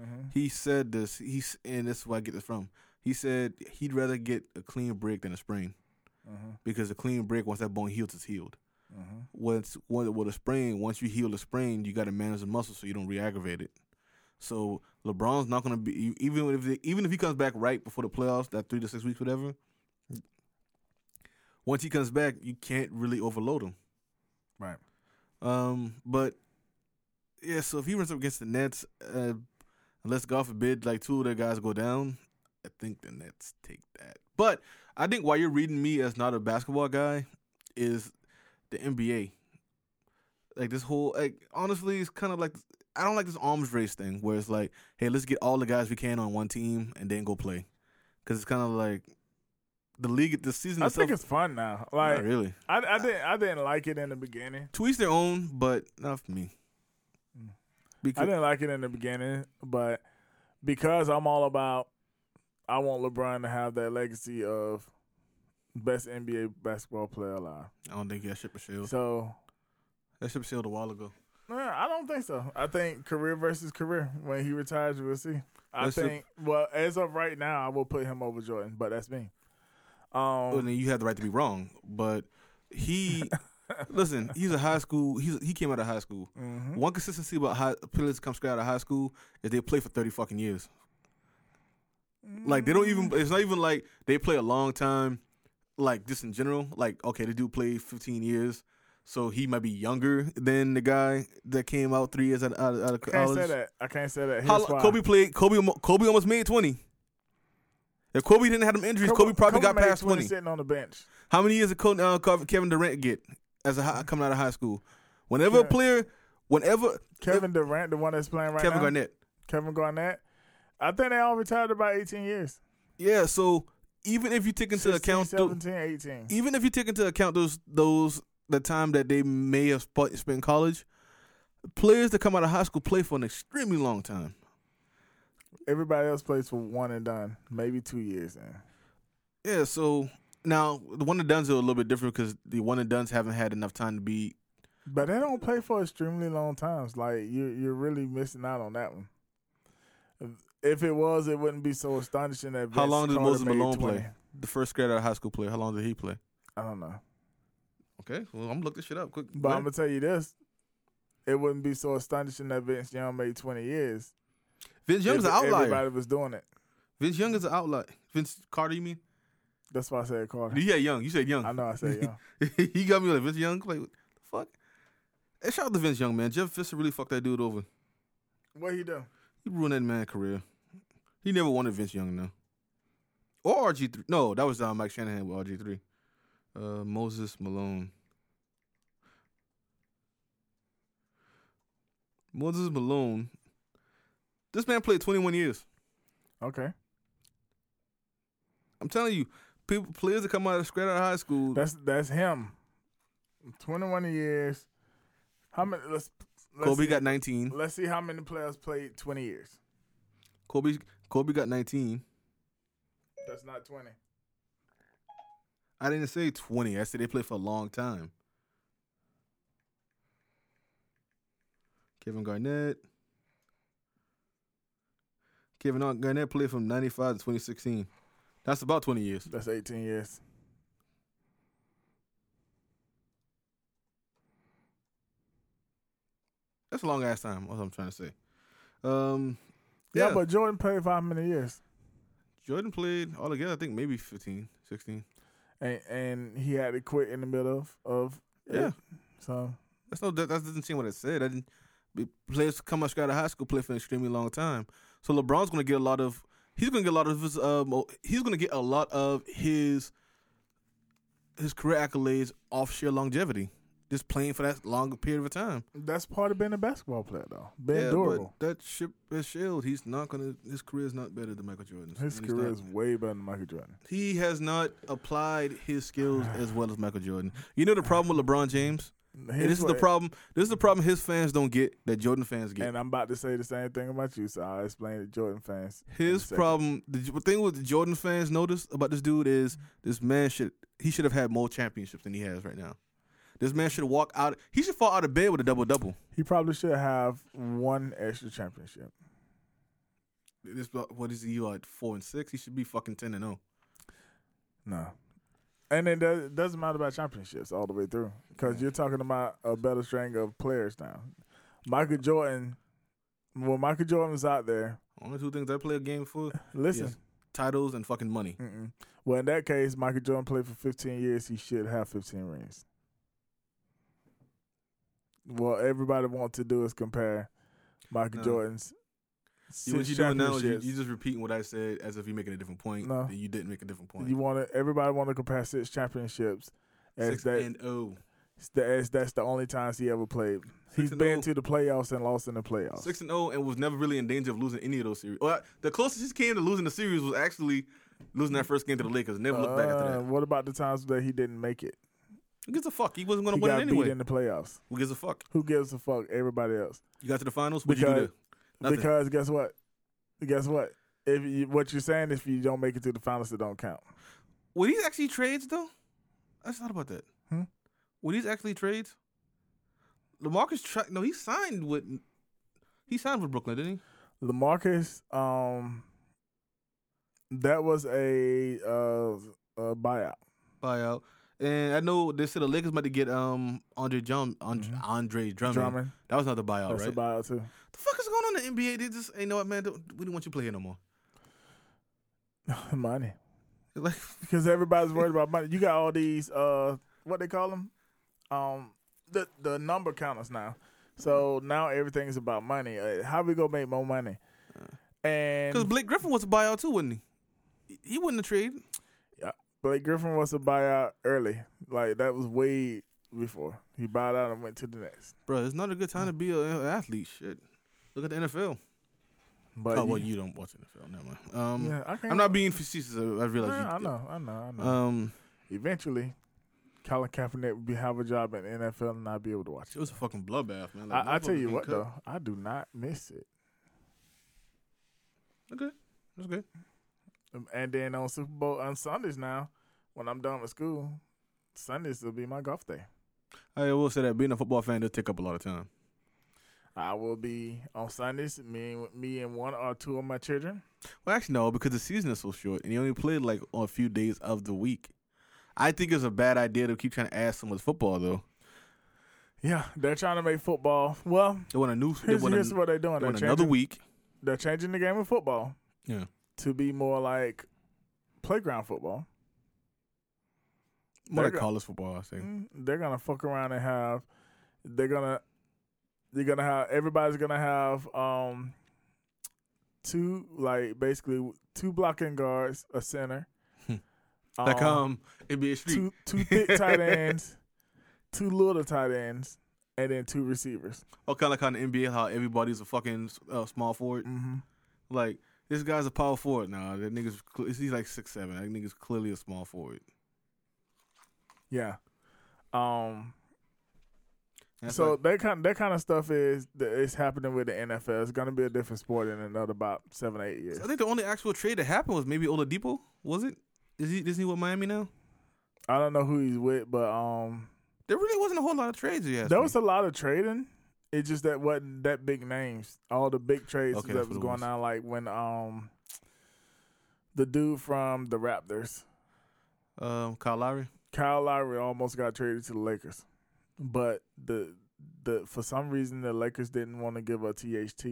Mm-hmm. He said this. He's and this is where I get this from. He said he'd rather get a clean break than a sprain Mm-hmm. because a clean break once that bone heals, it's healed. Mhm. Once with, with a sprain, once you heal the sprain, you got to manage the muscle so you don't re-aggravate it. So LeBron's not going to be e, even if they, even if he comes back right before the playoffs, that three to six weeks, whatever. Once he comes back, you can't really overload him. Right. Um, but yeah, so if he runs up against the Nets, uh, unless God forbid, like two of their guys go down, I think the Nets take that. But I think why you're reading me as not a basketball guy is the NBA. Like this whole, like honestly, it's kind of like I don't like this arms race thing where it's like, hey, let's get all the guys we can on one team and then go play, because it's kind of like the league the season I itself. think it's fun now. not Like really. I, I didn't I didn't like it in the beginning. To each their own, but not for me. Mm. I Because didn't like it in the beginning, but because I'm all about, I want LeBron to have that legacy of best NBA basketball player alive. I don't think that ship was sealed. So That ship sailed a while ago. no, I don't think so. I think career versus career. When he retires, we'll see. I Let's see. think. Well, as of right now, I will put him over Jordan, but that's me. Well, Um, then you have the right to be wrong, but he, listen, he's a high school. He's he came out of high school. mhm. One consistency about high, players come straight out of high school is they play for thirty fucking years. Hmm. Like they don't even. Mm, It's not even like they play a long time. Like just in general, like okay, the dude played fifteen years, so he might be younger than the guy that came out three years out of, out of, out of I can't college. say that. I can't say that. How Here's lo- why. Kobe played. Kobe. almo- Kobe almost made twenty. If Kobe didn't have them injuries, Kobe, probably got made past twenty. sitting on the bench. How many years did Co- uh, Kev- Kevin Durant get as a high, coming out of high school? Whenever Yeah. a player, whenever Kevin Durant, the one that's playing right Kevin now. Garnett, Kevin Garnett. I think they all retired about 18 years. yeah. So even if you take into 16, account, tho- 17, 18. even if you take into account those those the time that they may have sp- spent in college, players that come out of high school play for an extremely long time. Everybody else plays for one and done, maybe two years. In. Yeah. So now the one and duns are a little bit different because the one and duns haven't had enough time to be. But they don't play for extremely long times. Like, you're, you're really missing out on that one. If it was, it wouldn't be so astonishing that How Vince long did Carter Moses made Malone 20. play? The first grade out of high school player. How long did he play? I don't know. Okay. Well, I'm gonna look this shit up quick. But I'm going to tell you this. It wouldn't be so astonishing that Vince Young made 20 years. Vince Young's if an outlier. Everybody was doing it. Vince Young is an outlier. Vince Carter, you mean? That's why I said Carter. Yeah, Young. You said I Young. know I said Young. he got me like Vince Young. Like what the fuck? Hey, shout out to Vince Young, man. Jeff Fisher really fucked that dude over. what he do? He ruined that man's career. He never wanted Vince Young though. Or RG three. No, that was uh, Mike Shanahan with RG three. Uh, Moses Malone. Moses Malone. This man played 21 years. Okay. I'm telling you, people players that come out of straight out of high school. That's that's him. Twenty one years. How many? Let's let's Kobe see, got 19. Let's see how many players played twenty years. Kobe Kobe got 19. That's not twenty. I didn't say 20. I said they played for a long time. Kevin Garnett. Kevin Garnett played from 95 to 2016. That's about 20 years. That's eighteen years. That's a long ass time. That's what I'm trying to say. Um, Yeah, yeah, but Jordan played for how many years? Jordan played all together, I think maybe 15, 16. And and he had to quit in the middle of of it. Yeah. So That's no. That, that doesn't seem what it said. I didn't. the Players come out straight out of high school play for an extremely long time. So LeBron's going to get a lot of. He's going to get a lot of his. Um, he's going to get a lot of his. His career accolades off sheer longevity, just playing for that long period of time. that's part of being a basketball player, though. Being yeah, durable. but that ship has sailed. He's not going to. His career is not better than Michael Jordan's. His And he's career not- is way better than Michael Jordan. He has not applied his skills as well as Michael Jordan. You know the problem with LeBron James. And Here's this is the what- problem. This is the problem his fans don't get that Jordan fans get. And I'm about to say the same thing about you, so I'll explain to Jordan fans. in a His second. problem, the J- thing with the Jordan fans noticed about this dude is this man should he should have had more championships than he has right now. This man should walk out. He should fall out of bed with a double double. He probably should have one extra championship. uh, oh. This what is he like four and six? He should be fucking ten and zero. No. And it, does, it doesn't matter about championships all the way through because you're talking about a better string of players now. Michael Jordan, well, Michael Jordan was out there. Only two things I play a game for: Listen, Yes. titles and fucking money. mm-mm. well, in that case, Michael Jordan played for 15 years. He should have 15 rings. Well, everybody wants to do is compare Michael No. Jordan's. You, what six you doing now is you, championships. you just repeating what I said as if you're making a different point. No. and you didn't make a different point. You want to everybody want to compare six championships as Six that and oh. as that's the only times he ever played. He's and been oh. to the playoffs and lost in the playoffs. Six and oh, and was never really in danger of losing any of those series. Well, the closest he came to losing the series was actually losing that first game to the Lakers. Never looked oh, back after Uh, that. What about the times that he didn't make it? Who gives a fuck? He wasn't going He to win got it anyway. beat in the playoffs. Who gives a fuck? Who gives a fuck? Everybody else. You got to the finals. What'd you do? Because- There? Nothing. Because guess what? Guess what? If you, what you're saying, if you don't make it to the finals, it don't count. Were these actually trades though? I just thought about that. Hmm? Were these actually trades? Lamarcus, tra- no, he signed with he signed with Brooklyn, didn't he? Lamarcus, um, that was a uh a buyout. Buyout. And I know they said the Lakers might get um Andre John Andre, Andre Drummond. Mm-hmm. Drummond, That was not the buyout, that's right? a buyout too. the fuck is going on in the NBA? They just ain't know what man. Don't, we don't want you playing no more. Money. Like because everybody's worried about money. You got all these uh, what they call them, um, the the number counters now. So now everything's about money. Uh, how we gonna make more money? because And Blake Griffin was a buyout too, wasn't he? He wasn't a trade. Blake Griffin was to buy out early, like that was way before he bought out and went to the next. Bro, it's not a good time to be a- an athlete. Shit. Look at the NFL. But oh well, you don't watch NFL. Never mind. Um, yeah, I can't, I'm not being facetious. I I realize. Yeah, I you, know, I know, I know. Um, Eventually, Colin Kaepernick would be, have a job in the NFL and not be able to watch it was a fucking bloodbath, man. Like, I, I tell you motherfuckers getting what cut. though, I do not miss it. That's good. Um, And then on Super Bowl on Sundays now, when I'm done with school, Sundays will be my golf day. I will say that being a football fan does take up a lot of time. I will be on Sundays. Me, and- me and one or two of my children. Well, actually, no, because the season is so short and you only play like on a few days of the week. I think it's a bad idea to keep trying to add someone's football though. Yeah, they're trying to make football. Well, They want a new. They here's, want, a, here's what they're doing. they They're want changing, another week. they're changing the game of football Yeah. to be more like playground football. More They're like go- college football, I think. Mm, They're gonna fuck around and have. They're gonna. They're gonna have. Everybody's gonna have. Um. Two like basically two blocking guards, a center. Hmm. um, Like um, NBA Street. two two thick tight ends, two little tight ends, and then two receivers. Or kind of like on the NBA, how everybody's a fucking uh, small forward. Mm-hmm. Like this guy's a power forward now. That nigga's cl- he's like six seven. That nigga's clearly a small forward. Yeah. Um. That's so like- that kind that kind of stuff is that is happening with the NFL. It's gonna be a different sport in another about seven eight years. I think the only actual trade that happened was maybe Oladipo. Was it? Is he? Is he with Miami now? I don't know who he's with, but um, There really wasn't a whole lot of trades. Yeah, there was a lot of trading. It's just that wasn't that big names. All the big trades Okay, that's that what was it going was. on, like when um, the dude from the Raptors. um, Kyle Lowry. Kyle Lowry almost got traded to the Lakers, but the the for some reason the Lakers didn't want to give up THT.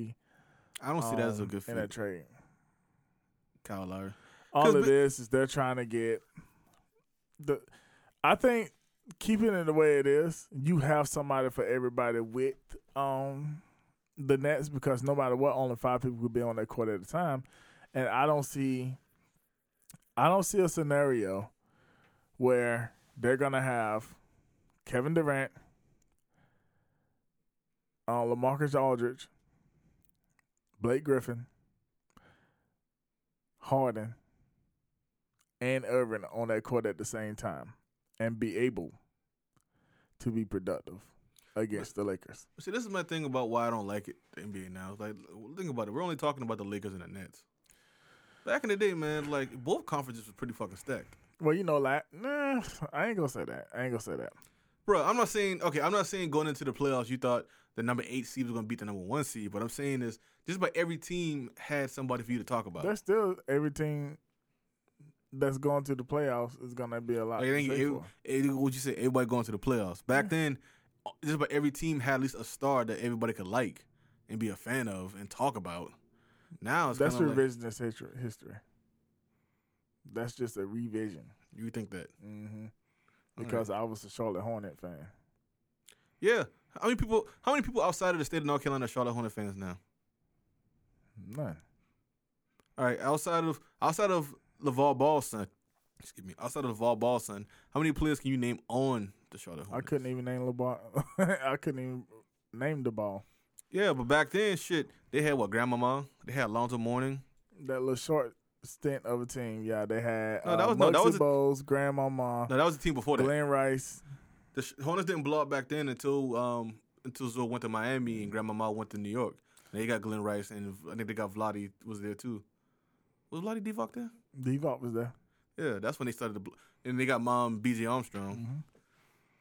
I don't see that as a um, good in that fit. trade. Kyle Lowry. All it we- is is they're trying to get the. I think keeping it the way it is, you have somebody for everybody with um the Nets because no matter what, only five people could be on that court at a time, and I don't see, I don't see a scenario where they're gonna have Kevin Durant, uh, Lamarcus Aldridge, Blake Griffin, Harden, and Irvin on that court at the same time, and be able to be productive against the Lakers. See, this is my thing about why I don't like it the NBA now. Like, think about it. We're only talking about the Lakers and the Nets. Back in the day, man, like both conferences was pretty fucking stacked. Well, you know, like, nah, I ain't gonna say that. I ain't gonna say that. Bro, I'm not saying okay. I'm not saying going into the playoffs, you thought the number eight seed was gonna beat the number one seed. But I'm saying is just about every team had somebody for you to talk about. There's still everything. that's going to the playoffs is gonna be a lot. Like, I to think say it- for. it- what you say, everybody going to the playoffs. Back then, just about every team had at least a star that everybody could like and be a fan of and talk about. Now it's That's kind of like, revisionist history. history. That's just a revision. you think that. hmm Because I was a Charlotte Hornet fan. Yeah. How many people? How many people outside of the state of North Carolina are Charlotte Hornet fans now? None. All right, outside of outside of Laval Ball's son, excuse me, outside of Laval Ball's son, how many players can you name on the Charlotte I Hornets? couldn't even name LeBron. I couldn't even name the ball. Yeah, but back then, shit, they had what Grandmama, they had Lonzo Morning. That little short stint of a team. Yeah, they had No, uh, that was- no, Muggsy that was a- Bogues, Grandmama, No, that was the team before that. Glenn Rice. The Sh- Hornets didn't blow up back then until um until Zoe went to Miami and Grandmama went to New York. They got Glenn Rice and I think they got Vladi was there too. Was Vladi Divac there? Devop was there. Yeah, that's when they started to, bl- and they got mom B.J. Armstrong.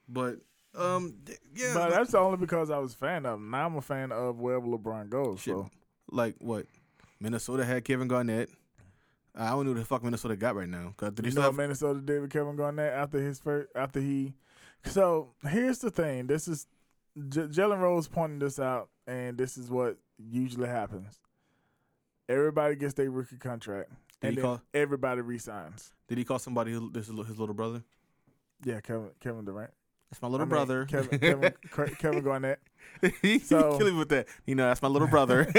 But um, th- yeah, Mm-hmm. but like- that's only because I was a fan of him. Now I'm a fan of wherever LeBron goes. Shit. So Like what? Minnesota had Kevin Garnett. I don't know who the fuck Minnesota got right now. 'Cause do they you still know, have- Minnesota did with Kevin Garnett after his first after he. So here's the thing. This is J- Jalen Rose pointing this out, and this is what usually happens. Everybody gets their rookie contract, Did and he then call- everybody resigns. did he call somebody who, this is li- his little brother? Yeah, Kevin Kevin Durant, That's my little I mean, brother. Kevin Kevin, Cra- Kevin Garnett. He's So- killing me with that. You know, that's my little brother.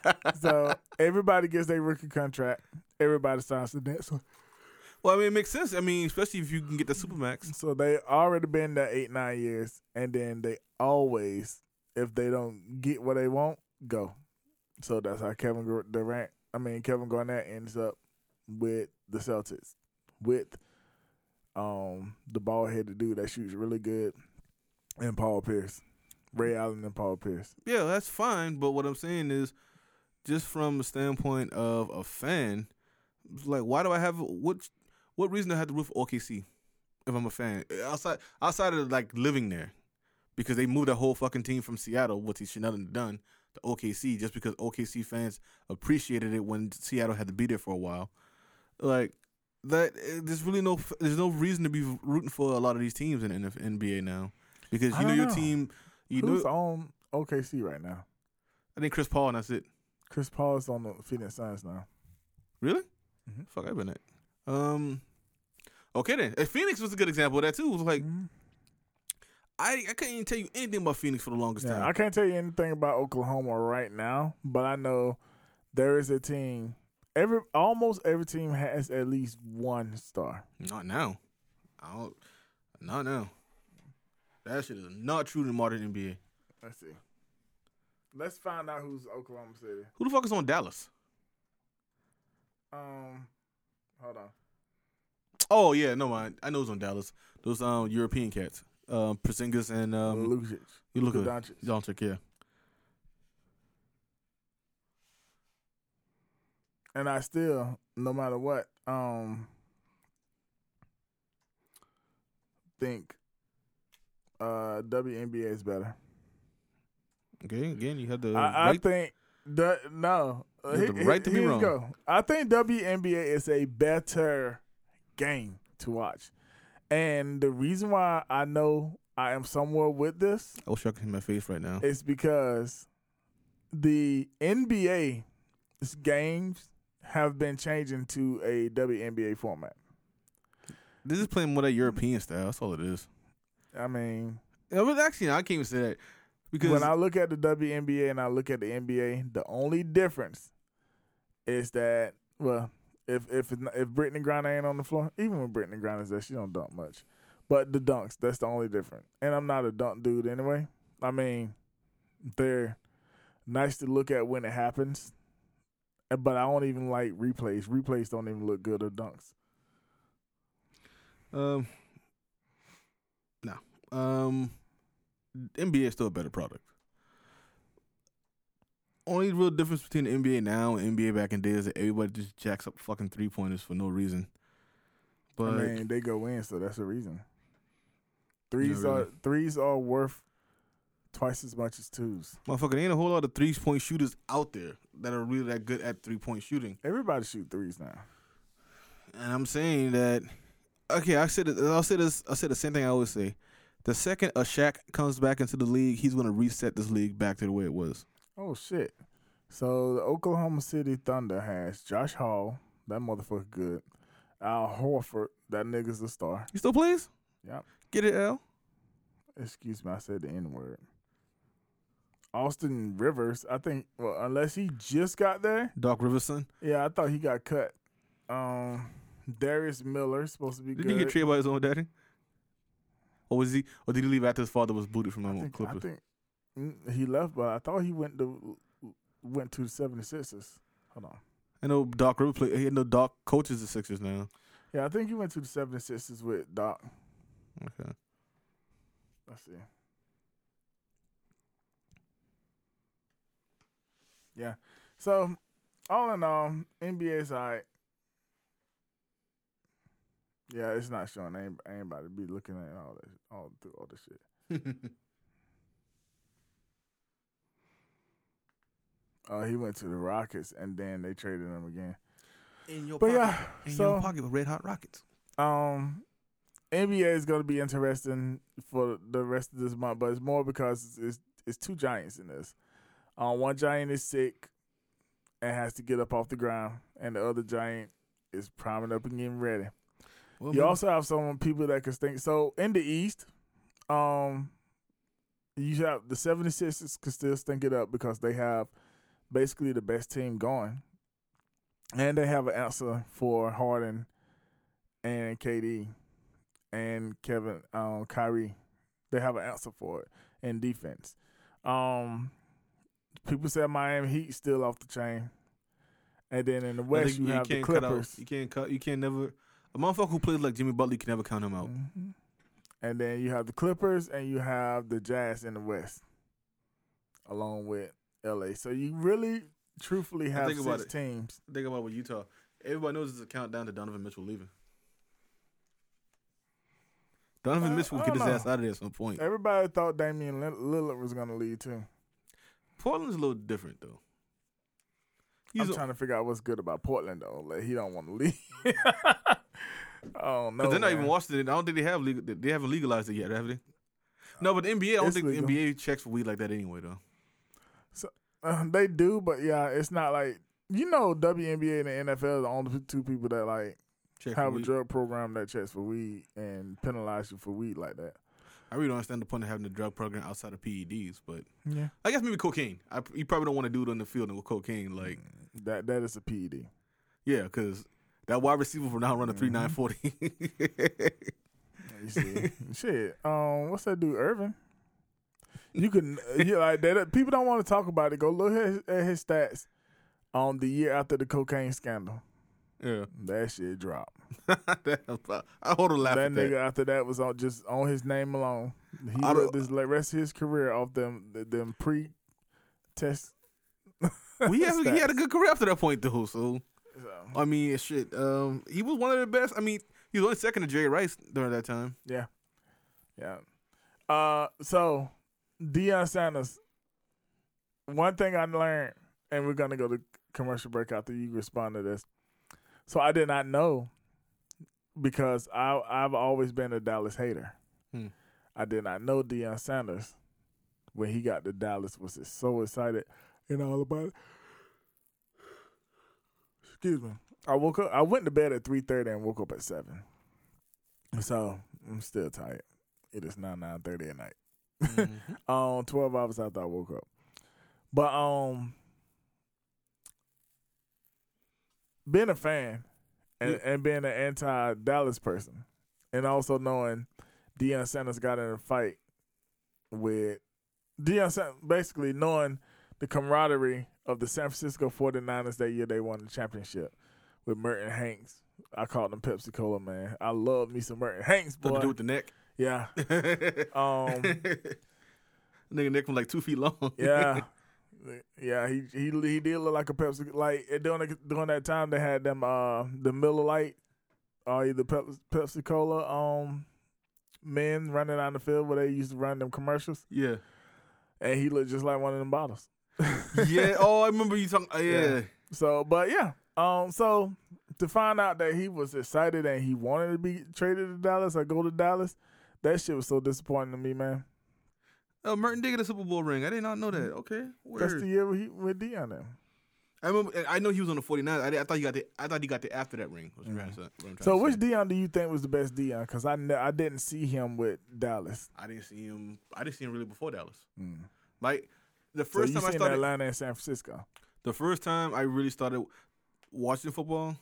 So everybody gets their rookie contract. Everybody signs the next one. well, I mean, it makes sense. I mean, especially if you can get the supermax. So they already been there eight nine years, and then they always, if they don't get what they want, go. So that's how Kevin Gar- Durant, I mean Kevin Garnett, ends up with the Celtics, with um the bald headed dude that shoots really good, and Paul Pierce, Ray Allen and Paul Pierce. Yeah, that's fine. But what I'm saying is, just from the standpoint of a fan, it's like, why do I have what? What reason do I have to root for OKC if I'm a fan outside outside of like living there? Because they moved the whole fucking team from Seattle, which they should not have done, to OKC just because OKC fans appreciated it when Seattle had to be there for a while. Like that, eh, there's really no there's no reason to be rooting for a lot of these teams in the NBA now because I you don't know your know. team. You Who's know, on OKC right now? I think Chris Paul and that's it. Chris Paul is on the Phoenix Suns now. Really? Mhm. Fuck, I've been at. Um, okay then. And Phoenix was a good example of that too. It was like Mhm. I, I couldn't even tell you anything about Phoenix for the longest Yeah, I time. can't tell you anything about Oklahoma right now, but I know there is a team. Every almost every team has at least one star. Not now. I don't. Not now. That shit is not true to the modern NBA. Let's see. Let's find out who's Oklahoma City. Who the fuck is on Dallas? Um, hold on. Oh yeah, no mind. I know who's on Dallas. Those um European cats, um Porzingis and um Lucic. you look at Doncic. Doncic. Yeah, and I still, no matter what, um, think uh WNBA is better. again, again you had the I, I right- think that no. Uh, You have the right to be here you wrong. Go. I think WNBA is a better game to watch, and the reason why I know I am somewhere with this I wish I could hit my face right now. is because the NBA's games have been changing to a WNBA format. This is playing more that European style. That's all it is. I mean, I was actually, no, I can't even say that because when I look at the WNBA and I look at the NBA, the only difference is that well, if if it's not- if Brittany Griner ain't on the floor, even when Brittany Griner's there, she don't dunk much. But the dunks, that's the only difference. And I'm not a dunk dude anyway. I mean, they're nice to look at when it happens, uh, but I don't even like replays. Replays don't even look good or dunks. um, no, um, NBA is still a better product. Only real difference between the NBA now and NBA back in the day is that everybody just jacks up fucking three pointers for no reason. But I mean, they go in, so that's the reason. Threes really. are threes are worth twice as much as twos. motherfucker, there ain't a whole lot of three point shooters out there that are really that good at three point shooting. Everybody shoot threes now. and I'm saying that okay, I said it- I'll say this I said the same thing I always say. The second a Shaq comes back into the league, he's gonna reset this league back to the way it was. Oh shit! So the Oklahoma City Thunder has Josh Hall, that motherfucker good. Al Horford, that nigga's a star. He still plays? Yep. Get it, L. Excuse me, I said the N word. Austin Rivers, I think. Well, unless he just got there, Doc Riverson. yeah, I thought he got cut. Um, Darius Miller supposed to be Did good. he get traded by his own daddy? Or was he or did he leave after his father was booted from I the think, I Clippers? think mm, he left, but I thought he went to went to the 76ers. Hold on. I know Doc Rivers play he know Doc coaches the Sixers now. Yeah, I think he went to the 76ers with Doc. Okay. Let's see. Yeah. So, all in all, NBA's all right. Yeah, it's not showing any- anybody be looking at all that, all through all this shit. Uh, he went to the Rockets, and then they traded him again. In your But yeah, so pocket with red hot rockets. um, NBA is going to be interesting for the rest of this month, but it's more because it's it's, it's two giants in this. Uh, one giant is sick and has to get up off the ground, and the other giant is priming up and getting ready. Well, You also have some people that can stink. So in the East, um, you have the 76ers can still stink it up because they have basically the best team going. And they have an answer for Harden and KD and Kevin um, Kyrie. They have an answer for it in defense. Um, people said Miami Heat still off the chain. And then in the West, you, have the cut out- Clippers. you can't cut. You can't never. A motherfucker who plays like Jimmy Butler, you can never count him out. Mhm. And then you have the Clippers and you have the Jazz in the West, along with LA. So you really, truthfully, have think six about it. teams. Think about with Utah. Everybody knows it's a countdown to Donovan Mitchell leaving. Donovan Uh, Mitchell will I get his don't ass know. out of there at some point. Everybody thought Damian Lill- Lillard was going to lead too. Portland's a little different though. He's I'm a- trying to figure out what's good about Portland though. Like he don't want to leave. oh no, Because they're not even man. watching it. I don't think they have legal. They haven't legalized it yet, have they? No, but the NBA. I don't It's think legal. the NBA checks for weed like that anyway, though. Uh, they do, but yeah, it's not like you know WNBA and the NFL are the only two people that like Check for have a weed. drug program that checks for weed and penalize you for weed like that. I really don't understand the point of having a drug program outside of PEDs, but Yeah, I guess maybe cocaine. I, you probably don't want to do it on the field with cocaine, like Mm. that that is a E PED. yeah, because that wide receiver will now run a three nine Mm-hmm. forty. You see, shit. Um, what's that dude, Irvin? You can, uh, yeah, like that. People don't want to talk about it. Go look at his, at his stats on the year after the cocaine scandal. Yeah, That shit dropped. That- I hold a laugh that at nigga that. after that was on just on his name alone. He I lived don't- his the rest of his career off them them pre test. Well, he, had, he had a good career after that point though. So, So I mean, shit. Um, he was one of the best. I mean, he was only second to Jerry Rice during that time. yeah. Uh, so Deion Sanders. One thing I learned, and we're gonna go to commercial break after you respond to this. So I did not know because I I've always been a Dallas hater. Hmm. I did not know Deion Sanders when he got to Dallas was just so excited and all about it. Excuse me. I woke up. I went to bed at three thirty and woke up at seven. So I'm still tired. It is now nine thirty at night. Um, twelve hours after I woke up. But um, being a fan and, and being an anti Dallas person, and also knowing Deion Sanders got in a fight with Deion Sanders, basically knowing the camaraderie of the San Francisco 49ers that year they won the championship with Merton Hanks. I called him Pepsi Cola, man. I love me some Merton Hanks, Something to do boy. with the neck. Yeah. Um, nigga neck was like two feet long. Yeah. Yeah, he he he did look like a Pepsi. Like and during the, during that time, they had them uh the Miller Lite or either Pep, Pepsi Cola um men running on the field where they used to run them commercials, yeah. and he looked just like one of them bottles. oh, Yeah. Oh, I remember you talking. Uh, yeah. Yeah. So, but yeah, um, so to find out that he was excited and he wanted to be traded to Dallas or go to Dallas, that shit was so disappointing to me, man. Oh, Merton did get a Super Bowl ring. I did not know that. Okay, That's word. the year he with Dion there. I remember. and I know he was on the 49ers. I, did- I thought he got the. I thought he got the after that ring. was what I'm trying to say- what I'm trying Mm-hmm. So to which say. Dion do you think was the best Dion? Because I ne- I didn't see him with Dallas. I didn't see him. I didn't see him really before Dallas. Mm. Like the So first you time I seen started. Atlanta and San Francisco. the first time I really started watching football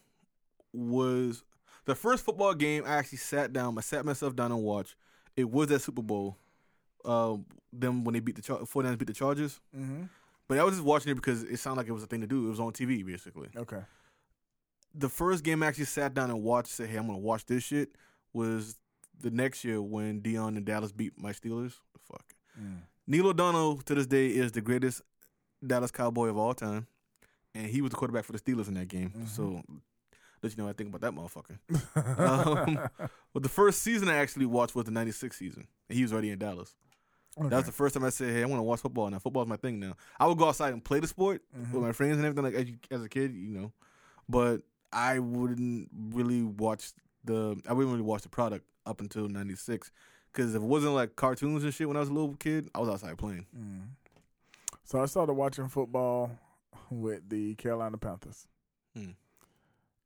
was the first football game I actually sat down. I sat myself down and watched. It was that Super Bowl. Uh, them when they beat the Char- 49ers beat the Chargers. Mm-hmm. But I was just watching it because it sounded like it was a thing to do. It was on TV basically. Okay. The first game I actually sat down and watched. Said, "Hey, I'm gonna watch this shit." Was the next year when Dion and Dallas beat my Steelers. Fuck. Mm. Neil O'Donnell to this day is the greatest Dallas Cowboy of all time, and he was the quarterback for the Steelers in that game. Mhm. So let you know what I think about that motherfucker. Um, But the first season I actually watched was the '96 season, and he was already in Dallas. That was the first time I said, "Hey, I want to watch football now. Football's my thing now." I would go outside and play the sport Mm-hmm. with my friends and everything, like as, you, as a kid, you know. But I wouldn't really watch the I wouldn't really watch the product up until '96 because if it wasn't like cartoons and shit when I was a little kid, I was outside playing. Mm. So I started watching football with the Carolina Panthers. Mm.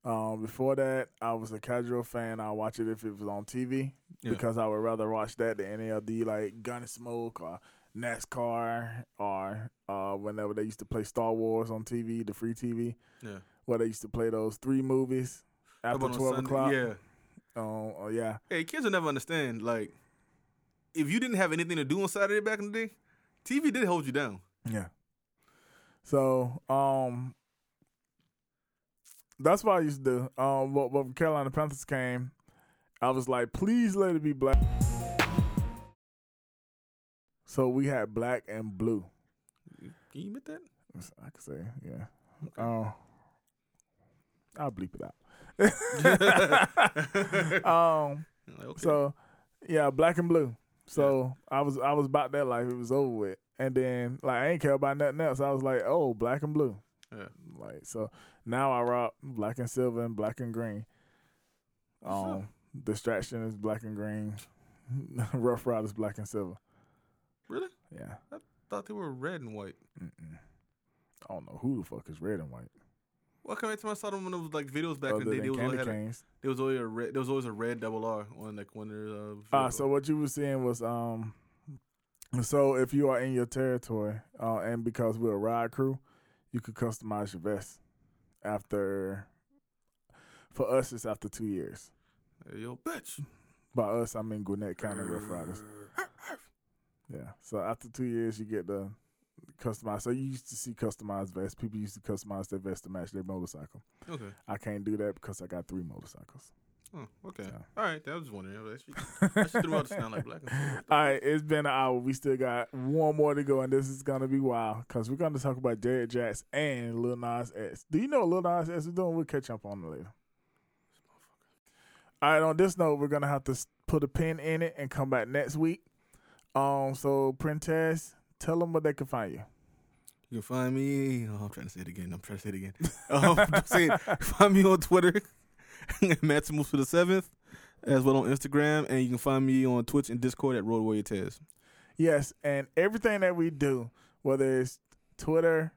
Um, before that, I was a casual fan. I watch it if it was on TV Yeah. because I would rather watch that than any of the like Gunsmoke or NASCAR or uh, whenever they used to play Star Wars on TV, the free TV, Yeah. where they used to play those three movies after Up on a twelve Sunday- o'clock. Yeah. Um, oh yeah. Hey, kids will never understand. Like, if you didn't have anything to do on Saturday back in the day, TV did hold you down. Yeah. So, um, that's what I used to do. Um, but when Carolina Panthers came, I was like, please let it be black. So we had black and blue. Can you admit that? I could say, yeah. Um, I'll bleep it out. um, Like, okay. so, yeah, black and blue. So I was I was about that life. It was over with. And then like I ain't care about nothing else. I was like, oh, black and blue. Yeah. Like so now I rock black and silver and black and green. What's Um, distraction is black and green. Rough Riders black and silver. Really? Yeah. thought they were red and white. Mm-mm. I don't know who the fuck is red and white. Well, every time I saw them when it was like videos back in other the day, they than was always Oh, candy had a- canes. there was always a red. There was always a red double R on like one of the. Uh, Ah, videos. so what you were seeing was um, so if you are in your territory, uh, and because we're a ride crew, you could customize your vest after. For us, it's after two years. Hey, yo, bitch. By us, I mean Gwinnett County Rough Riders. Uh. Yeah. So after two years, you get the customized. So you used to see customized vests. People used to customize their vest to match their motorcycle. Okay. I can't do that because I got three motorcycles. Oh, okay. Yeah. All right. I was just wondering. I actually, I actually threw out the sound like black. And silver. What the- All right, it's been an hour. We still got one more to go, and this is gonna be wild because we're gonna talk about Jared Jackson and Lil Nas X. Do you know what Lil Nas X is doing? We'll catch up on it later. All right, on this note, we're gonna have to s- put a pin in it and come back next week. Um, so Printess, tell them where they can find you. You can find me. Oh, I'm trying to say it again. I'm trying to say it again. Um, just say it. Find me on Twitter, Matt Moose for the seventh, as well on Instagram, and you can find me on Twitch and Discord at Road Warrior Tez. Yes, and everything that we do, whether it's Twitter,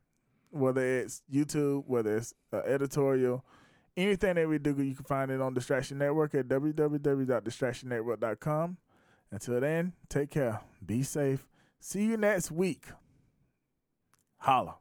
whether it's YouTube, whether it's uh, editorial, anything that we do, you can find it on Distraction Network at www.distractionnetwork.com. Until then, take care, be safe. See you next week. Holla.